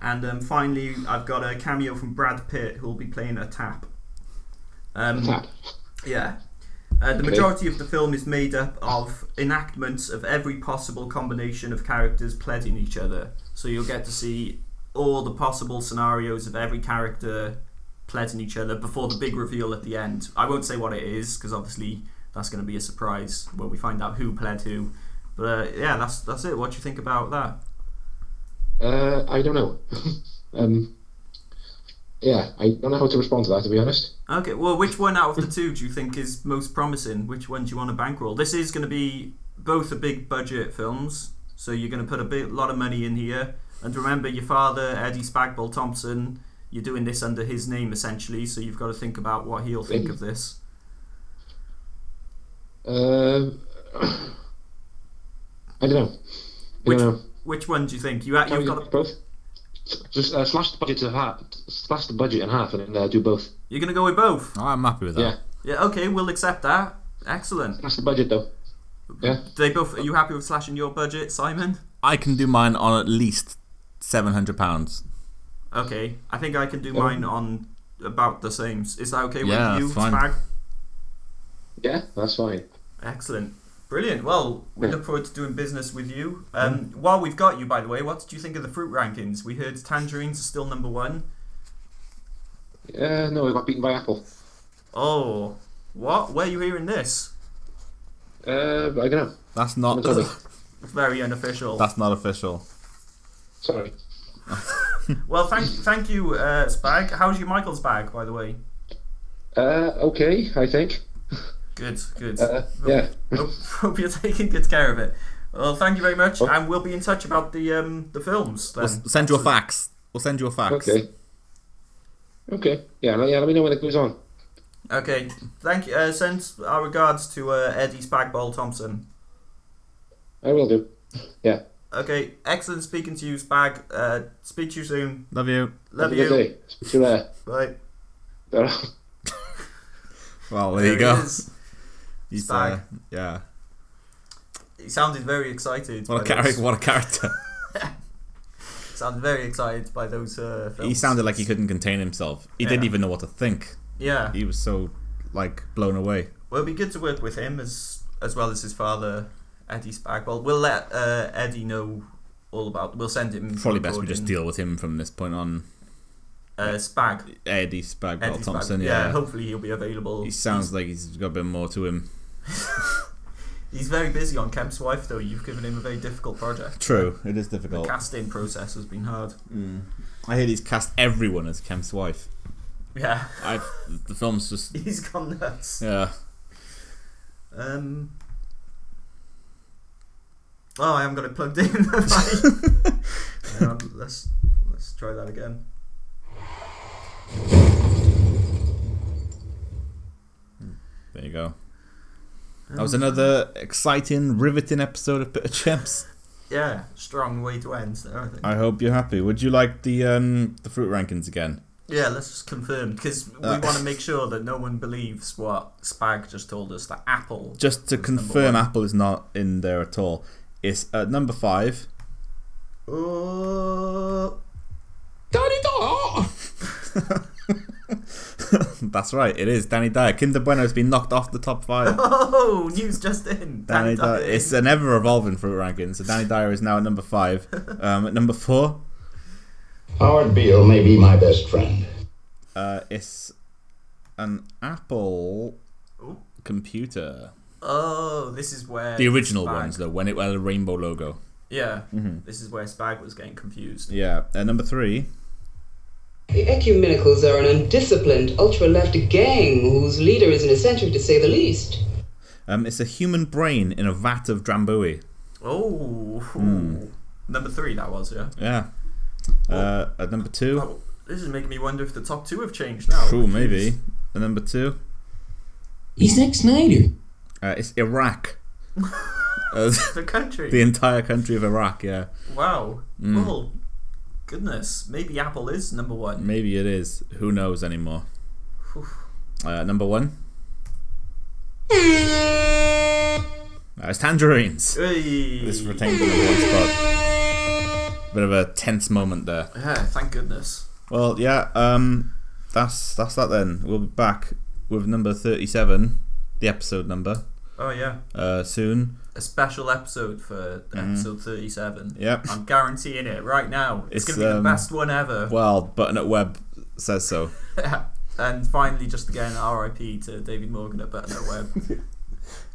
[SPEAKER 2] And um, finally, I've got a cameo from Brad Pitt, who will be playing a tap. Um,
[SPEAKER 10] Tap.
[SPEAKER 2] yeah. Uh, the
[SPEAKER 10] Okay.
[SPEAKER 2] majority of the film is made up of enactments of every possible combination of characters pleading each other. So you'll get to see all the possible scenarios of every character pleading each other before the big reveal at the end. I won't say what it is because obviously that's going to be a surprise when we find out who pled who. But uh, yeah, that's that's it. What do you think about that?
[SPEAKER 10] Uh, I don't know. um, yeah, I don't know how to respond to that, to be honest.
[SPEAKER 2] Okay, well, which one out of the two do you think is most promising? Which one do you want to bankroll? This is going to be both a big budget films, so you're going to put a bit, lot of money in here. And remember, your father, Eddie Spagbol Thompson, you're doing this under his name essentially, so you've got to think about what he'll think of this.
[SPEAKER 10] Um, I don't know. I
[SPEAKER 2] Which
[SPEAKER 10] don't know.
[SPEAKER 2] which one do you think? You ha-
[SPEAKER 10] Can
[SPEAKER 2] you've
[SPEAKER 10] we
[SPEAKER 2] got
[SPEAKER 10] do
[SPEAKER 2] to,
[SPEAKER 10] both. Just uh, slash the budget to half. Slash the budget in half, and then uh, do both.
[SPEAKER 2] you're gonna go with both.
[SPEAKER 3] I'm happy with that.
[SPEAKER 10] Yeah.
[SPEAKER 2] Yeah, okay, we'll accept that. Excellent.
[SPEAKER 10] Slash the budget though. Yeah.
[SPEAKER 2] They both. Are you happy with slashing your budget, Simon?
[SPEAKER 3] I can do mine on at least seven hundred pounds.
[SPEAKER 2] Okay, I think I can do mine on about the same. Is that okay
[SPEAKER 3] Oh. Yeah,
[SPEAKER 2] with you,
[SPEAKER 3] that's fine.
[SPEAKER 2] Spag?
[SPEAKER 10] Yeah, that's fine.
[SPEAKER 2] Excellent. Brilliant. Well, we
[SPEAKER 10] Yeah. Mm-hmm.
[SPEAKER 2] look forward to doing business with you. Um, While we've got you, by the way, what did you think of the fruit rankings? We heard tangerines are still number one.
[SPEAKER 10] Uh, no, I got beaten by Apple.
[SPEAKER 2] Oh, what? Where are you hearing this?
[SPEAKER 10] Uh, I don't know.
[SPEAKER 3] That's not.
[SPEAKER 10] Don't tell me.
[SPEAKER 2] Very unofficial.
[SPEAKER 10] Uh.
[SPEAKER 3] that's not official.
[SPEAKER 10] Sorry.
[SPEAKER 2] well, thank thank you, uh, Spag. How's your Michael's bag, by the way?
[SPEAKER 10] Uh, okay, I think.
[SPEAKER 2] Good, good.
[SPEAKER 10] Uh, yeah.
[SPEAKER 2] hope, hope you're taking good care of it. Well, thank you very
[SPEAKER 10] Oh.
[SPEAKER 2] much, and we'll be in touch about the um the films then.
[SPEAKER 3] We'll s- send you a fax. We'll send you a fax.
[SPEAKER 10] Okay. Okay. Yeah. let- Yeah. Let me know when it goes on.
[SPEAKER 2] Okay, thank you. Uh, send our regards to uh, Eddie Spagball Thompson.
[SPEAKER 10] I will do. Yeah.
[SPEAKER 2] Okay, excellent speaking to you, Spag. Uh, speak to you soon.
[SPEAKER 3] Love you.
[SPEAKER 2] Love
[SPEAKER 10] Have a
[SPEAKER 2] you.
[SPEAKER 10] good day. Speak to you later.
[SPEAKER 2] Bye.
[SPEAKER 10] Bye.
[SPEAKER 3] Well, there, you
[SPEAKER 2] he
[SPEAKER 3] go.
[SPEAKER 2] is.
[SPEAKER 3] He's,
[SPEAKER 2] Spag.
[SPEAKER 3] uh, yeah.
[SPEAKER 2] He sounded very excited.
[SPEAKER 3] What a
[SPEAKER 2] by those-
[SPEAKER 3] character! What a character!
[SPEAKER 2] Sounded very excited by those. Uh, films.
[SPEAKER 3] he sounded like he couldn't contain himself. He didn't
[SPEAKER 2] Yeah.
[SPEAKER 3] even know what to think.
[SPEAKER 2] Yeah,
[SPEAKER 3] He was so like blown away.
[SPEAKER 2] well, it'd be good to work with him as as well as his father, Eddie Spagwell. We'll let uh, Eddie know all about. We'll send him.
[SPEAKER 3] Probably best we just
[SPEAKER 2] recording.
[SPEAKER 3] deal with him from this point on.
[SPEAKER 2] Uh, Spag.
[SPEAKER 3] Eddie Spagwell
[SPEAKER 2] Eddie Spag-
[SPEAKER 3] Thompson. yeah.
[SPEAKER 2] hopefully he'll be available.
[SPEAKER 3] He sounds like he's got a bit more to him.
[SPEAKER 2] He's very busy on Kemp's wife, though. You've given him a very difficult project.
[SPEAKER 3] True, it is
[SPEAKER 2] The
[SPEAKER 3] difficult. Mm.
[SPEAKER 2] casting process has been hard.
[SPEAKER 3] I hear he's cast everyone as Kemp's wife.
[SPEAKER 2] Yeah,
[SPEAKER 3] I the film's just
[SPEAKER 2] he's gone nuts.
[SPEAKER 3] yeah.
[SPEAKER 2] Um. Oh, I haven't got it plugged in. Hang on, let's let's try that again.
[SPEAKER 3] There you go. That was another exciting, riveting episode of Bit of Chimps.
[SPEAKER 2] Yeah, strong way to end. So I think.
[SPEAKER 3] I hope you're happy. Would you like the um the fruit rankings again?
[SPEAKER 2] Yeah, let's just confirm because we
[SPEAKER 3] Uh.
[SPEAKER 2] want to make sure that no one believes what Spag just told us that Apple.
[SPEAKER 3] Just to
[SPEAKER 2] was number
[SPEAKER 3] confirm,
[SPEAKER 2] one.
[SPEAKER 3] Apple is not in there at all. It's at number five.
[SPEAKER 2] Oh,
[SPEAKER 3] That's right, it is Danny Dyer. Kinder Bueno has been knocked off the top five.
[SPEAKER 2] oh, news just in.
[SPEAKER 3] Danny
[SPEAKER 2] Danny
[SPEAKER 3] Dyer.
[SPEAKER 2] Dyer.
[SPEAKER 3] It's an ever evolving fruit ranking. So Danny Dyer is now at number five. Um, at number four,
[SPEAKER 6] Howard Beale may be my best friend.
[SPEAKER 3] uh, it's an Apple
[SPEAKER 2] Ooh.
[SPEAKER 3] computer.
[SPEAKER 2] Oh, this is where
[SPEAKER 3] The original
[SPEAKER 2] Spag-
[SPEAKER 3] ones, though, Mm-hmm. when it had a rainbow logo.
[SPEAKER 2] Yeah, this is where Spag was getting confused.
[SPEAKER 3] Yeah. At Uh, number three,
[SPEAKER 11] The Ecumenicals are an undisciplined ultra left gang whose leader is an eccentric to say the least.
[SPEAKER 3] um, it's a human brain in a vat of Drambuie.
[SPEAKER 2] Oh,
[SPEAKER 3] Hmm.
[SPEAKER 2] number three that was yeah.
[SPEAKER 3] Yeah. Uh, at number two,
[SPEAKER 2] Oh, this is making me wonder if the top two have changed now.
[SPEAKER 3] cool, maybe. At number two,
[SPEAKER 7] He's Zack Snyder.
[SPEAKER 3] uh, it's Iraq. Uh,
[SPEAKER 2] The country.
[SPEAKER 3] the Mm. entire country of Iraq. Yeah.
[SPEAKER 2] wow. Well, goodness. Maybe Apple is number one.
[SPEAKER 3] Maybe it is. Who knows anymore? Uh, number one. Uh, it's tangerines.
[SPEAKER 2] Hey.
[SPEAKER 3] This retained the number one spot. Bit of a tense moment there.
[SPEAKER 2] Yeah, thank goodness.
[SPEAKER 3] Well, yeah. Um, that's that's that then. We'll be back with number thirty-seven, the episode number,
[SPEAKER 2] Oh yeah,
[SPEAKER 3] uh, soon.
[SPEAKER 2] a special episode for episode thirty-seven.
[SPEAKER 3] Mm-hmm. Yep.
[SPEAKER 2] I'm guaranteeing it right now. It's,
[SPEAKER 3] It's,
[SPEAKER 2] gonna be
[SPEAKER 3] um,
[SPEAKER 2] the best one ever.
[SPEAKER 3] Well, Button at Web says so.
[SPEAKER 2] and finally, just again, R.I.P. to David Morgan at Better Know Web.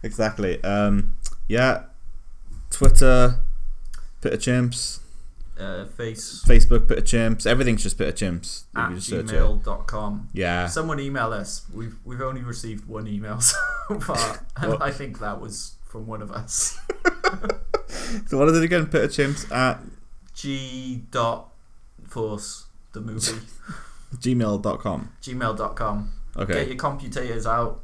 [SPEAKER 3] Exactly. Um, yeah. Twitter, Bit of Chimps,
[SPEAKER 2] uh, face
[SPEAKER 3] Facebook, Bit of Chimps. Everything's just Bit of Chimps. You
[SPEAKER 2] at
[SPEAKER 3] can just search it.
[SPEAKER 2] gmail.com.
[SPEAKER 3] Yeah.
[SPEAKER 2] Someone email us. We've we've only received one email so far, and
[SPEAKER 3] What?
[SPEAKER 2] I think that was from one of us.
[SPEAKER 3] So what is it again? Peter Chimps at
[SPEAKER 2] G. Dot Force the movie.
[SPEAKER 3] Gmail.com.
[SPEAKER 2] Gmail.com.
[SPEAKER 3] Okay.
[SPEAKER 2] Get your computators out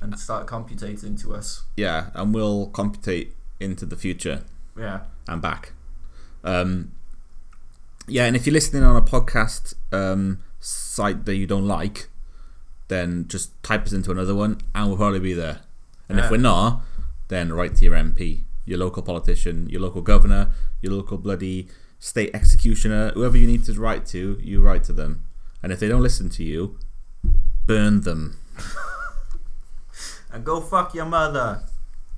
[SPEAKER 2] and start computating to us.
[SPEAKER 3] Yeah, and we'll computate into the future
[SPEAKER 2] Yeah.
[SPEAKER 3] and back. Um, yeah, and if you're listening on a podcast um, site that you don't like, then just type us into another one and we'll probably be there. And
[SPEAKER 2] Yeah.
[SPEAKER 3] if we're not, then write to your MP, your local politician, your local governor, your local bloody state executioner, whoever you need to write to, you write to them. And if they don't listen to you, burn them.
[SPEAKER 2] And go fuck your mother.